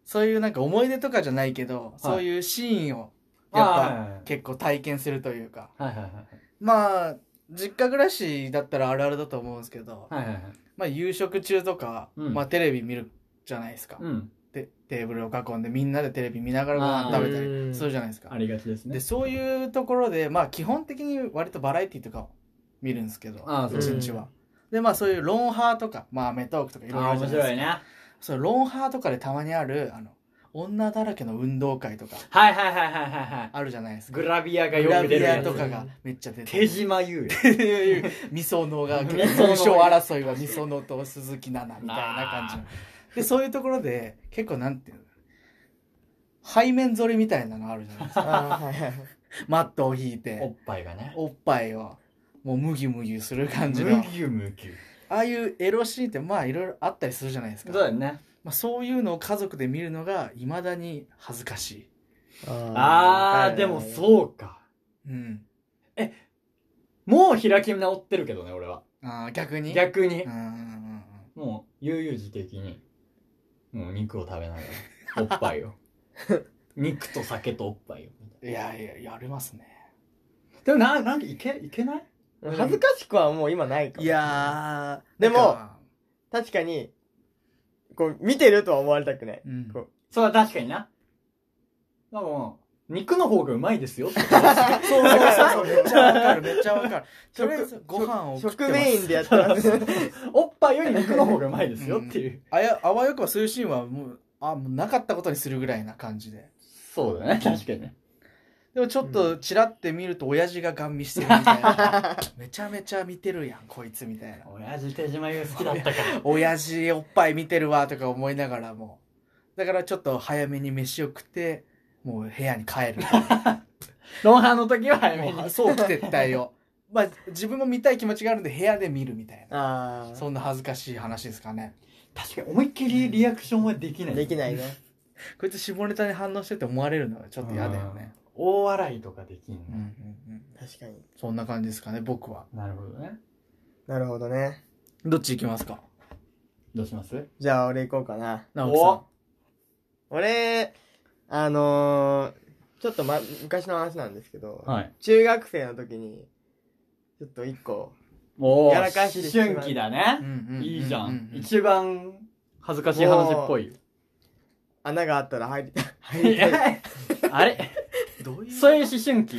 [SPEAKER 2] そういうなんか思い出とかじゃないけど、そういうシーンを、やっぱ、
[SPEAKER 1] は
[SPEAKER 2] 結構体験するというか。
[SPEAKER 1] いはいはい。
[SPEAKER 2] まあ、実家暮らしだったらあるあるだと思うんですけど、
[SPEAKER 1] はいはいはい。
[SPEAKER 2] まあ夕食中とか、
[SPEAKER 1] うん
[SPEAKER 2] まあテレビ見るじゃないですか。
[SPEAKER 1] うん。
[SPEAKER 2] で、テーブルを囲んでみんなでテレビ見ながらご飯食べた
[SPEAKER 3] あー
[SPEAKER 2] りするじゃないですか
[SPEAKER 1] あ。りがちですね。
[SPEAKER 2] で、そういうところで、まあ基本的に割とバラエティとかを見るんですけど、
[SPEAKER 1] あーそう
[SPEAKER 2] 一日は。で、まあそういうロンハーとか、まあアメトークとかいろいろ
[SPEAKER 1] あ
[SPEAKER 2] あ
[SPEAKER 1] あ、
[SPEAKER 2] る
[SPEAKER 1] 面
[SPEAKER 2] じゃないです
[SPEAKER 1] 白い
[SPEAKER 2] か。
[SPEAKER 1] ね。
[SPEAKER 2] そう、ロンハーとかでたまにある、あの、女だらけの運動会とか
[SPEAKER 1] はいはいはいはいはいはい。
[SPEAKER 2] あるじゃないですか。
[SPEAKER 1] グラビアが
[SPEAKER 2] グ
[SPEAKER 1] よ
[SPEAKER 2] ラ
[SPEAKER 1] く出る
[SPEAKER 2] ビア
[SPEAKER 1] や
[SPEAKER 2] とか
[SPEAKER 1] つ。
[SPEAKER 2] がめっちゃ出て
[SPEAKER 1] 手島優也。
[SPEAKER 2] っていうみその が
[SPEAKER 1] み
[SPEAKER 2] 優
[SPEAKER 1] その
[SPEAKER 2] 勝争いはみそのと鈴木奈々みたいな感
[SPEAKER 1] あ
[SPEAKER 2] じでそういうところで結構なんていうの背面反りみたいなのあるじゃ ないですか
[SPEAKER 3] あーはいはい
[SPEAKER 2] マットを引い
[SPEAKER 1] おってぱいがね。
[SPEAKER 2] おっぱいをもうムギュムギュする感じ
[SPEAKER 1] む
[SPEAKER 2] の
[SPEAKER 1] ぎゅむぎゅ。
[SPEAKER 2] ああいうエロシーンってまあいろいろあったりするじゃないです
[SPEAKER 1] そ
[SPEAKER 2] か
[SPEAKER 1] うだよね。
[SPEAKER 2] まあ、そういうのを家族で見るのがいまだに恥ずかし
[SPEAKER 1] あ
[SPEAKER 3] ー
[SPEAKER 1] あ、でも
[SPEAKER 3] う。
[SPEAKER 1] そうか。
[SPEAKER 2] い、うん、
[SPEAKER 1] もう開き直ってるけどね、俺は。
[SPEAKER 2] あー逆に
[SPEAKER 1] 逆に
[SPEAKER 2] う。んうんうん
[SPEAKER 1] もう、悠々自適に。もう肉を食べなが ら。おっぱいを。肉と酒とおっぱいを。
[SPEAKER 2] うんいやいややりますね
[SPEAKER 1] でもな、なんかいけ、いけない
[SPEAKER 3] 恥ずかしくはもう今ないかも。
[SPEAKER 2] や
[SPEAKER 3] でも確かに、こう、見てるとは思われたくない。
[SPEAKER 2] うん
[SPEAKER 3] こう
[SPEAKER 1] そう、確かにな。なんかもう、肉の方がうまいですよ って。
[SPEAKER 2] そうそうそう。めっちゃわかる、めっちゃわかる。とりあえず
[SPEAKER 3] 食
[SPEAKER 2] ご飯を食ってま
[SPEAKER 3] 食
[SPEAKER 2] す。
[SPEAKER 3] メインでやってます
[SPEAKER 1] おっぱいより肉の方がうまいですよっていう。
[SPEAKER 2] あや、あわよくはそういうシーンはもう、あ、もうなかったことにするぐらいな感じで。
[SPEAKER 1] そうだね、確かにね。
[SPEAKER 2] でもちょっとチラって見ると親父がガン見してるみたい な。めちゃめちゃ見てるやん、こいつみたいな。
[SPEAKER 1] 親父手島優好きだ ったから。
[SPEAKER 2] 親父おっぱい見てるわとか思いながらも。だからちょっと早めに飯を食って、もう部屋に帰る。
[SPEAKER 1] ロンハーの時は早め
[SPEAKER 2] もう
[SPEAKER 1] に。
[SPEAKER 2] そう撤退を。まあ自分も見たい気持ちがあるんで部屋で見るみたいな。
[SPEAKER 3] あ
[SPEAKER 2] そんな恥ずかしい話ですかね。
[SPEAKER 1] 確かに思いっきりリアクションはできな
[SPEAKER 3] あ
[SPEAKER 1] い。
[SPEAKER 3] できないね
[SPEAKER 2] こいつ下ネタに反応してって思われるのはちょっと嫌だよね。
[SPEAKER 1] うん。大笑いとかできん
[SPEAKER 2] うんう
[SPEAKER 1] ね。
[SPEAKER 2] んうん。
[SPEAKER 3] 確かに
[SPEAKER 2] そんな感じですかね、僕は。
[SPEAKER 1] なるほどね。
[SPEAKER 3] なるほどね
[SPEAKER 2] どっち行きますか
[SPEAKER 1] どうします
[SPEAKER 3] じゃあ俺行こうかな
[SPEAKER 2] 直樹さん。
[SPEAKER 3] 俺あのー、ちょっと、ま、昔の話なんですけど、
[SPEAKER 1] はい。
[SPEAKER 3] 中学生の時にちょっと一個
[SPEAKER 1] もう、
[SPEAKER 3] や
[SPEAKER 1] 思
[SPEAKER 3] らかしてしまう
[SPEAKER 1] 春期だ
[SPEAKER 2] う
[SPEAKER 1] ね。
[SPEAKER 2] んうんうう
[SPEAKER 1] いいじゃ。
[SPEAKER 2] うんう
[SPEAKER 1] 一番恥ずかしい話っぽい。
[SPEAKER 3] 穴があったら入り入りたいい
[SPEAKER 1] あれ
[SPEAKER 2] どういう
[SPEAKER 1] そういう思春期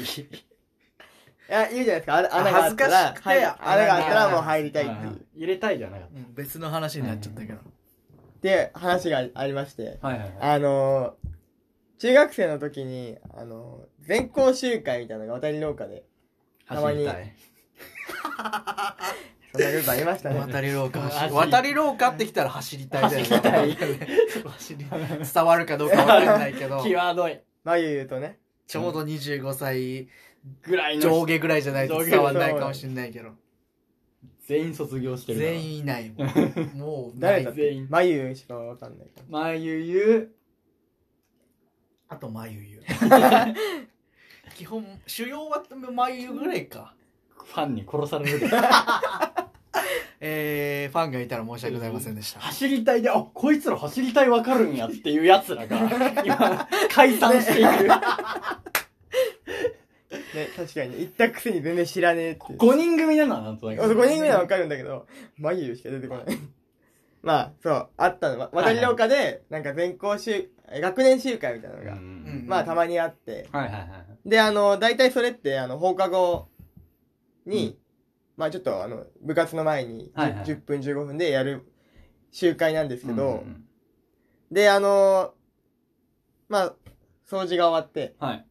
[SPEAKER 3] や言うじゃ ないですかあれ穴があったら
[SPEAKER 2] 恥ずかしくて
[SPEAKER 3] はい穴があったらもう入りたいっていう
[SPEAKER 1] 入れたいじゃなかっ
[SPEAKER 2] うん別の話になっちゃったけど。
[SPEAKER 3] で話がありまして
[SPEAKER 1] た。はいはいはい。
[SPEAKER 3] あのー、中学生の時に、あのー、全校集会みたいなのが渡り廊下で、たま
[SPEAKER 1] 走
[SPEAKER 3] に
[SPEAKER 1] りたい。
[SPEAKER 3] そんなグループありましたね。
[SPEAKER 2] 渡り廊下走
[SPEAKER 1] 走
[SPEAKER 2] り
[SPEAKER 1] り
[SPEAKER 2] 渡り廊下ってきたら走りたいだよね
[SPEAKER 1] 走りたい
[SPEAKER 2] 走り伝わるかどうかわかんない けど
[SPEAKER 1] 際どい。
[SPEAKER 3] まゆゆとね、
[SPEAKER 2] ちょうど25歳
[SPEAKER 1] ぐらいの
[SPEAKER 2] 上
[SPEAKER 1] 人
[SPEAKER 2] 下ぐらいじゃないと伝わんないかもしれないけど
[SPEAKER 1] 全員卒業してる
[SPEAKER 2] 全
[SPEAKER 1] 員
[SPEAKER 2] 員いないもんもうない
[SPEAKER 3] 誰だっ
[SPEAKER 1] 全
[SPEAKER 3] て
[SPEAKER 1] 員、
[SPEAKER 3] まゆゆしかわかんないから。
[SPEAKER 1] まゆゆ
[SPEAKER 2] あとまゆゆ基本主要はまゆゆぐらいか
[SPEAKER 1] ファンに殺されるで
[SPEAKER 2] えー、ファンがいたら申し訳ございませんでした
[SPEAKER 1] 走りたいであこいつら走りたいわかるんやっていうやつら が今解散している
[SPEAKER 3] ね、確かに、行ったくせに全然知らねえっていう。
[SPEAKER 1] 5人組なのはなんとなく
[SPEAKER 3] 5人ぐらいはわかるんだけど、まゆゆしか出てこない。まあ、そう、あったの。わ渡り廊下で、なんか全校集、え学年集会みたいなの
[SPEAKER 1] う
[SPEAKER 3] が、
[SPEAKER 1] ん
[SPEAKER 3] まあたまにあって。
[SPEAKER 1] はいはいはい
[SPEAKER 3] で、あのー、大体それって、あの、放課後に、まあちょっと、あの、部活の前に、
[SPEAKER 1] はいはい
[SPEAKER 3] 10分15分でやる集会なんですけど、
[SPEAKER 1] うんうんうん
[SPEAKER 3] で、あのーまあ、掃除が終わって、
[SPEAKER 1] はい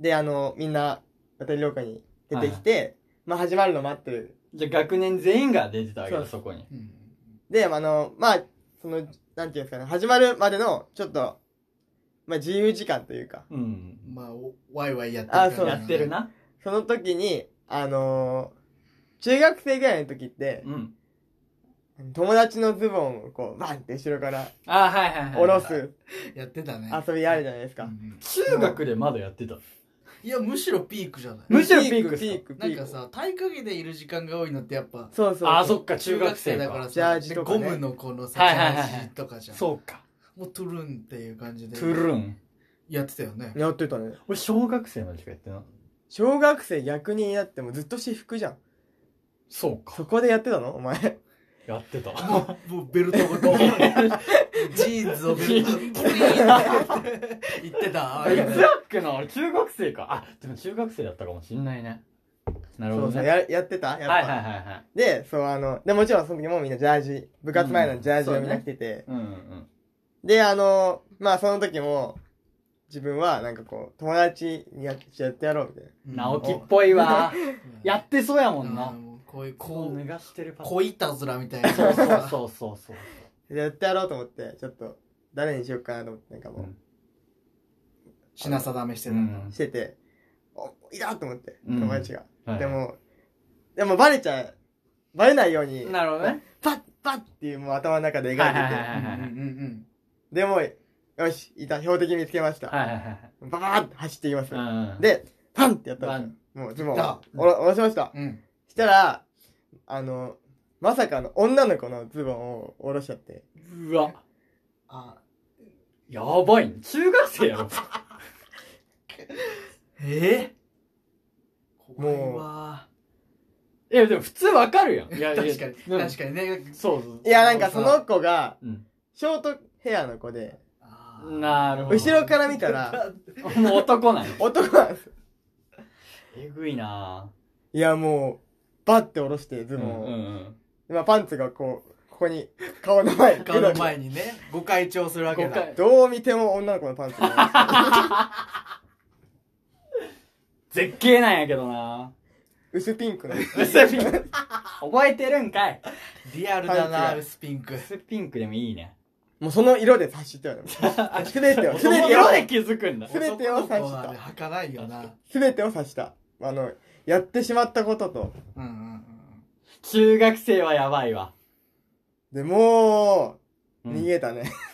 [SPEAKER 3] で、あのーみんな、渡り廊下に出てきて、まあ、始まるの待ってる。
[SPEAKER 1] じゃあ学年全員が出てたわけだ
[SPEAKER 3] そう
[SPEAKER 1] そこに
[SPEAKER 2] うん
[SPEAKER 3] で、あのーまあ、その、なんていうんですかね、始まるまでの、ちょっと、まあ、自由時間というか、
[SPEAKER 1] うん
[SPEAKER 2] まあおワイワイやって
[SPEAKER 3] あそう
[SPEAKER 1] やってるな
[SPEAKER 3] その時に、あのー中学生ぐらいの時って
[SPEAKER 1] う、ん
[SPEAKER 3] 友達のズボンをこう、バンって後ろから
[SPEAKER 1] あはいはいはい
[SPEAKER 3] 下ろす
[SPEAKER 2] やってたね
[SPEAKER 3] 遊びあるじゃないです
[SPEAKER 2] う
[SPEAKER 3] か。
[SPEAKER 2] ん
[SPEAKER 1] 中学でまだやってた
[SPEAKER 2] いやむしろピークじゃない
[SPEAKER 1] むしろピークっすか
[SPEAKER 3] ピーク、ピ
[SPEAKER 2] な
[SPEAKER 3] ー
[SPEAKER 2] ん
[SPEAKER 3] ク。
[SPEAKER 2] かさ体陰でいる時間が多いのってやっぱ
[SPEAKER 3] そうそうそう。
[SPEAKER 1] あそっか中学生
[SPEAKER 2] だか
[SPEAKER 1] か
[SPEAKER 2] らさ
[SPEAKER 3] ジャージとかね
[SPEAKER 2] でゴムのこのさ
[SPEAKER 1] はい
[SPEAKER 2] ジ
[SPEAKER 1] はいはい
[SPEAKER 2] ャージとかじゃん
[SPEAKER 1] そうか
[SPEAKER 2] もうトゥルンっていう感じで
[SPEAKER 1] トゥルン
[SPEAKER 2] やってたよね
[SPEAKER 3] やってたね。
[SPEAKER 1] 俺小学生までしかやってない
[SPEAKER 3] 小学生逆になってもずっと私服じゃん。
[SPEAKER 1] そうか
[SPEAKER 3] そこでやってたのお前。
[SPEAKER 1] やって た
[SPEAKER 2] もうもうベルトご とジーンズをベルトにポリーンって言って た
[SPEAKER 1] いつだっけな俺中学生か。あ、でも中学生だったかもしんないね。なるほど
[SPEAKER 3] そうそう。
[SPEAKER 1] ね。
[SPEAKER 3] ややってたやっぱ、
[SPEAKER 1] はいはいはいはい。
[SPEAKER 3] で、そうあの、で、もちろんその時もみんなジャージ、部活前のジャージ
[SPEAKER 1] うんそ
[SPEAKER 3] を
[SPEAKER 1] う
[SPEAKER 3] みん
[SPEAKER 1] ね
[SPEAKER 3] な着てて。
[SPEAKER 1] うんうん。
[SPEAKER 3] で、あの、まあその時も、自分はなんかこう、友達にやっやってやろうみたいな。
[SPEAKER 1] 直樹っぽいわ。 や
[SPEAKER 2] っ
[SPEAKER 1] ってそうやも
[SPEAKER 2] た
[SPEAKER 1] んな。
[SPEAKER 2] こういう
[SPEAKER 1] こ
[SPEAKER 2] こ
[SPEAKER 1] う
[SPEAKER 2] う
[SPEAKER 1] 脱がしてるパターン。
[SPEAKER 2] 恋いたずらみたいな
[SPEAKER 1] そうそうそうそうそう。
[SPEAKER 3] でやってやろうと思って、ちょっと、誰にしようかなと思って、なんかも
[SPEAKER 2] 品定めして
[SPEAKER 1] う
[SPEAKER 2] たんだ
[SPEAKER 1] ん
[SPEAKER 3] う、してて、お、いたと思って、
[SPEAKER 1] うん
[SPEAKER 3] 友達が。
[SPEAKER 1] はい
[SPEAKER 3] でも、でもバレちゃう。バレないように、
[SPEAKER 1] なるほどね。
[SPEAKER 3] パッパッっていうもう頭の中で描いてて。
[SPEAKER 1] はいはいはい
[SPEAKER 2] うんうん
[SPEAKER 3] でも、よし、いた、標的見つけました。
[SPEAKER 1] はいはいはい。
[SPEAKER 3] ババーンって走っていきます。
[SPEAKER 1] うん、
[SPEAKER 3] で、パンってやった
[SPEAKER 1] バ
[SPEAKER 3] ら、
[SPEAKER 1] ン
[SPEAKER 3] もうズボンを
[SPEAKER 2] いった
[SPEAKER 3] おろ、おろしました。
[SPEAKER 2] うんうん
[SPEAKER 3] したら、あの、まさかの女の子のズボンをおろしちゃって。
[SPEAKER 1] うわ。
[SPEAKER 2] あ
[SPEAKER 1] やばい、ね。中学生やろ。
[SPEAKER 2] えー怖
[SPEAKER 3] もう
[SPEAKER 2] いわ
[SPEAKER 1] いや、でも普通わかるやん。いや
[SPEAKER 2] 確かに確
[SPEAKER 1] か
[SPEAKER 2] かにね
[SPEAKER 1] に。そうそう。
[SPEAKER 3] いや、なんかその子が
[SPEAKER 1] うん、
[SPEAKER 3] ショートヘアの子で、
[SPEAKER 2] あ
[SPEAKER 1] なるほど。
[SPEAKER 3] 後ろから見たら、
[SPEAKER 1] もう男なんや
[SPEAKER 3] 男なんですよ。
[SPEAKER 1] えぐいない
[SPEAKER 3] や、もう、バッて下ろして、ズ
[SPEAKER 1] う
[SPEAKER 3] ボ
[SPEAKER 1] ん
[SPEAKER 3] ンを。
[SPEAKER 1] うんうん。
[SPEAKER 3] 今、パンツがこう、ここに、顔 の前に。
[SPEAKER 2] 顔の前に ね、ご会長するわけ
[SPEAKER 1] ご
[SPEAKER 2] だ。
[SPEAKER 1] 会
[SPEAKER 3] どう見ても女の子のパン ツが。
[SPEAKER 1] 絶景なんやけどな
[SPEAKER 3] 薄ピンクの。
[SPEAKER 1] 薄ピンク。 覚えてるんかい。
[SPEAKER 2] リアルだ
[SPEAKER 3] パン
[SPEAKER 2] な、
[SPEAKER 3] ツが
[SPEAKER 2] アルスピンク。
[SPEAKER 1] 薄ピンクでもいい ね。
[SPEAKER 3] もうその色で察してよ。すべてを、す
[SPEAKER 1] その
[SPEAKER 3] べてを
[SPEAKER 1] 色、で気づくんだ。
[SPEAKER 3] 全てを察した
[SPEAKER 2] 男の子はね履かないよな。
[SPEAKER 3] すべてを察した。あの、やってしまったことと。
[SPEAKER 2] うんうんうん。
[SPEAKER 1] 中学生はやばいわ。
[SPEAKER 3] で、もう、
[SPEAKER 1] うん
[SPEAKER 3] 逃げたね。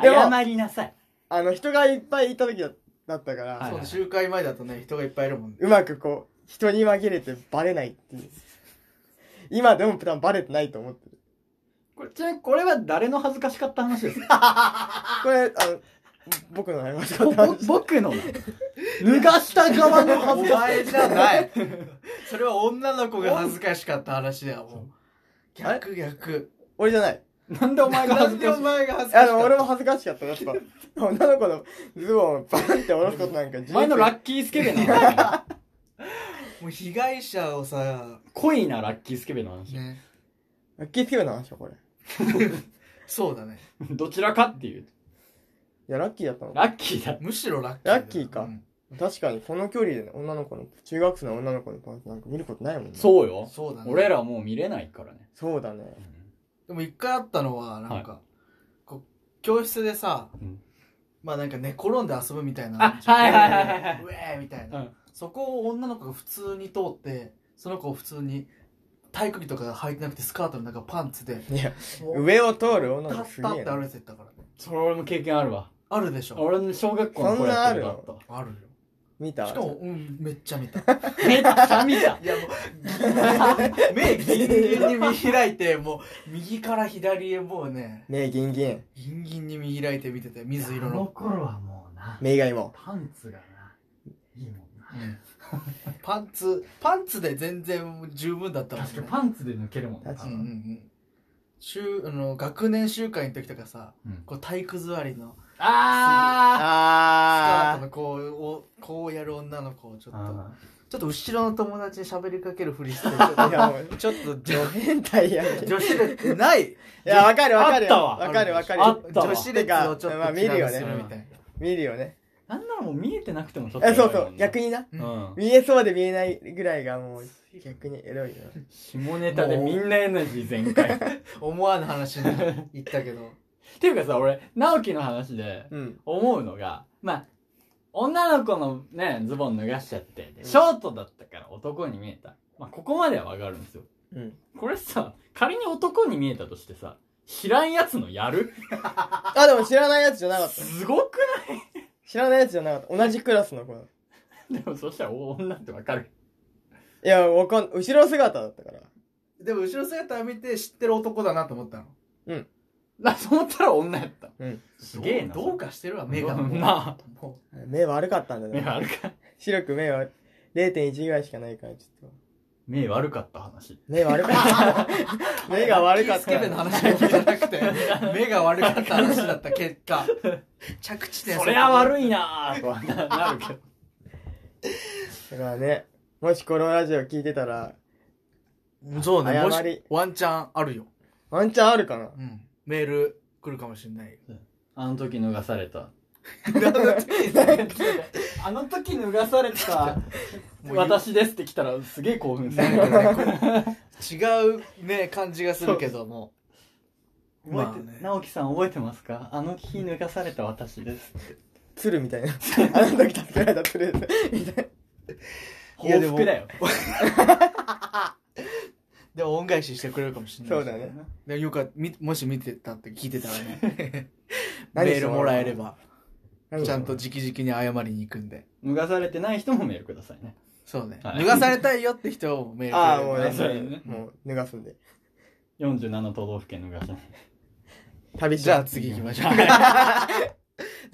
[SPEAKER 3] でも
[SPEAKER 1] 謝りなさい。
[SPEAKER 3] あの、人がいっぱいいた時だだったから、
[SPEAKER 1] はい
[SPEAKER 2] そう、集会前だとね、人がいっぱいいるもんね。
[SPEAKER 3] うまくこう、人に紛れてバレないっていう。今でも多分バレてないと思ってる。
[SPEAKER 1] これ、ちなみにこれは誰の恥ずかしかった話ですか
[SPEAKER 3] これ、あの、僕の謝し
[SPEAKER 1] ぼぼ
[SPEAKER 3] 方。
[SPEAKER 1] 僕の 脱がした側の
[SPEAKER 2] お
[SPEAKER 1] 恥ずかし
[SPEAKER 2] 前じゃない。 それは女の子が恥ずかしかった話だよ、もう。逆逆。
[SPEAKER 3] 俺じゃない。
[SPEAKER 1] い。なんでお前が
[SPEAKER 2] な
[SPEAKER 1] 恥
[SPEAKER 2] ん
[SPEAKER 1] ず
[SPEAKER 2] で
[SPEAKER 1] か
[SPEAKER 2] お
[SPEAKER 1] しい
[SPEAKER 2] 前が恥ずか
[SPEAKER 3] あ
[SPEAKER 2] しか
[SPEAKER 3] の、
[SPEAKER 2] った
[SPEAKER 3] 俺も恥ずかしかった。やっぱ、女の子のズボンをバンって下ろすことなんか人生、
[SPEAKER 1] お前のラッキースケベの話。
[SPEAKER 2] もう被害者をさ、
[SPEAKER 1] 恋なラッキースケベの話。
[SPEAKER 2] ね、
[SPEAKER 3] ラッキーつけるの話よ、これ。い
[SPEAKER 2] そうだね。
[SPEAKER 1] どちらかっていう。
[SPEAKER 3] や、ラッキーだったの。
[SPEAKER 1] ラッキーだ。
[SPEAKER 2] むしろラッキー。
[SPEAKER 3] ラッキーか
[SPEAKER 2] うん
[SPEAKER 3] 確かに、この距離でね、女の子の、中学生の女の子のパンツなんか見ることないもんね。う。
[SPEAKER 1] そうよ。
[SPEAKER 2] そうだね。
[SPEAKER 1] 俺らもう見れないからね。
[SPEAKER 3] そうだね。
[SPEAKER 2] でも一回あったのは、なんか、こう教室でさ、
[SPEAKER 1] うん
[SPEAKER 2] まあなんか寝転んで遊ぶみたいな。
[SPEAKER 1] あはいはいはいはいはい
[SPEAKER 2] ウェーみたいな。
[SPEAKER 1] うん
[SPEAKER 2] そこを女の子が普通に通って、その子を普通に、体育着とか履いてなくてスカートの中パンツで、
[SPEAKER 3] いや、
[SPEAKER 2] もう
[SPEAKER 3] 上を通る女の
[SPEAKER 2] タ
[SPEAKER 3] 子
[SPEAKER 2] ッ
[SPEAKER 3] すげ
[SPEAKER 2] タっ
[SPEAKER 3] え
[SPEAKER 2] て歩
[SPEAKER 3] な。
[SPEAKER 2] いてったからね。
[SPEAKER 1] それ俺も経験あるわ。
[SPEAKER 2] あるでしょ。
[SPEAKER 1] 俺の小学校の頃やってること
[SPEAKER 2] あるよ。
[SPEAKER 3] 見た
[SPEAKER 2] しかも、うん、めっちゃ見た。
[SPEAKER 1] あった。めっちゃ見た。
[SPEAKER 2] いやもう、目ギンギンに見開いて、もう、右から左へもうね、
[SPEAKER 3] 目ギンギン。
[SPEAKER 2] ギンギンに見開いて見てて、水色
[SPEAKER 1] あの
[SPEAKER 2] の。
[SPEAKER 1] 頃はもうな、
[SPEAKER 3] 目以外も。
[SPEAKER 1] パンツがな、いいもんな。
[SPEAKER 2] パンツ、パンツで全然十分だったもん
[SPEAKER 1] 確かに
[SPEAKER 2] ね。
[SPEAKER 1] パンツで抜けるもんな。
[SPEAKER 3] 確
[SPEAKER 1] 多
[SPEAKER 2] う
[SPEAKER 3] か
[SPEAKER 1] 分
[SPEAKER 2] んうんうん。週、あの、学年集会の時とかさ、
[SPEAKER 1] うん
[SPEAKER 2] こう体育座りの、
[SPEAKER 1] あ
[SPEAKER 2] スカート
[SPEAKER 3] あ
[SPEAKER 2] のこう、をこうやる女の子をちょっと、
[SPEAKER 1] ー
[SPEAKER 2] ちょっと後ろの友達に喋りかけるふ りして、ちょっ
[SPEAKER 3] ー。いや、
[SPEAKER 2] と
[SPEAKER 3] もう、ちょっと、女変態やんけ。い
[SPEAKER 2] 女子力ない
[SPEAKER 3] や、わかるわかる
[SPEAKER 1] あ
[SPEAKER 3] よ。
[SPEAKER 1] ったわ
[SPEAKER 3] わかるわかる
[SPEAKER 1] あっ
[SPEAKER 3] よ。
[SPEAKER 1] たわ
[SPEAKER 2] 女子力をちょっ
[SPEAKER 3] まあ
[SPEAKER 2] と
[SPEAKER 3] 見る
[SPEAKER 2] 違
[SPEAKER 3] よね
[SPEAKER 2] うするみたいな。
[SPEAKER 3] 見るよね。
[SPEAKER 1] なんならもう見えてなくてもちょっと。
[SPEAKER 3] え、そうそう。逆
[SPEAKER 1] に。
[SPEAKER 3] にな。
[SPEAKER 1] う。
[SPEAKER 2] うん
[SPEAKER 3] 見えそうで見えないぐらいがもう、逆にエロいよ。
[SPEAKER 1] 下ネタでみんなエナジー全開。っ
[SPEAKER 2] 思わぬ話に行ったけど
[SPEAKER 1] ていうかさ、俺、直樹の話で
[SPEAKER 3] うん。
[SPEAKER 1] 思うのが、まあ、女の子のね、ズボン脱がしちゃって、でショートだったから男に見えた。まあ、ここまではわかるんですよ。
[SPEAKER 3] うん。
[SPEAKER 1] これさ、仮に男に見えたとしてさ、知らんやつのやる
[SPEAKER 3] あ、でも知らないやつじゃなかった。
[SPEAKER 1] すごく
[SPEAKER 3] 知らないやつじゃなかった。同じクラスの子。い
[SPEAKER 1] ないでもそしたら女ってわかる。
[SPEAKER 3] や、わかん、後ろ姿だったから。
[SPEAKER 2] でも後ろ姿を見て知ってる男だなと思ったの
[SPEAKER 1] な、そう思ったら女やった。
[SPEAKER 3] うん。
[SPEAKER 1] すげえな。
[SPEAKER 2] どうどうかしてるわ目が
[SPEAKER 1] うん
[SPEAKER 2] もう
[SPEAKER 1] な
[SPEAKER 2] も
[SPEAKER 3] 目悪かったんだ
[SPEAKER 1] 目
[SPEAKER 3] ね。
[SPEAKER 1] 悪かった。
[SPEAKER 3] 白く目は0.1ぐらいしかないから、ちょっと。
[SPEAKER 1] 目悪かった話。
[SPEAKER 3] 目悪かった。 目が悪かっ
[SPEAKER 2] スケベ
[SPEAKER 3] た。
[SPEAKER 2] の話だけじゃなくて目が悪かった話だった結果着地点
[SPEAKER 1] そりゃ悪
[SPEAKER 2] い
[SPEAKER 1] い なぁとはななるけど。
[SPEAKER 3] だからね、もしこのラジオ聞いてたら、
[SPEAKER 2] そうねも
[SPEAKER 3] 謝り
[SPEAKER 2] しワンチャンあるよ、
[SPEAKER 3] ワンチャンあるかな
[SPEAKER 2] うん、メール来るかもしれない よ
[SPEAKER 1] あの時脱がされた。
[SPEAKER 2] も
[SPEAKER 1] あの時脱がされた
[SPEAKER 2] う
[SPEAKER 1] 私ですって来たらすげえ興奮する。
[SPEAKER 2] なんかねこう違うね感じがするけども
[SPEAKER 1] 覚
[SPEAKER 2] まあ
[SPEAKER 1] えて、
[SPEAKER 2] ね
[SPEAKER 1] 直樹さん覚えてますかあの日脱がされた私です。
[SPEAKER 3] 鶴みたいな。あの時助けられた鶴みたい
[SPEAKER 2] いやで
[SPEAKER 1] 報
[SPEAKER 2] も
[SPEAKER 1] 復だよ。
[SPEAKER 2] でも恩返ししてくれるかもしれ
[SPEAKER 3] な。
[SPEAKER 2] ない
[SPEAKER 3] そ
[SPEAKER 2] し
[SPEAKER 3] うだね。
[SPEAKER 2] でよかみもし見てたって聞いてたら ね
[SPEAKER 3] 何
[SPEAKER 2] メ
[SPEAKER 3] して
[SPEAKER 2] ー
[SPEAKER 3] も
[SPEAKER 2] ルもら
[SPEAKER 3] らう
[SPEAKER 2] えれば
[SPEAKER 3] 何
[SPEAKER 2] ちゃんと直々に謝りに行くんで
[SPEAKER 1] 脱がされてない人もメールくださいね。
[SPEAKER 2] そうね、
[SPEAKER 1] はい
[SPEAKER 2] 脱がされたいよって人をメール
[SPEAKER 3] ああ、
[SPEAKER 2] く
[SPEAKER 3] もう
[SPEAKER 2] れればね
[SPEAKER 3] ね、
[SPEAKER 1] そうだね
[SPEAKER 3] もう脱がすんで。
[SPEAKER 1] 47都道府県脱がさない。
[SPEAKER 3] 旅し
[SPEAKER 2] じゃあ
[SPEAKER 3] よ
[SPEAKER 2] 次行きましょう じゃあ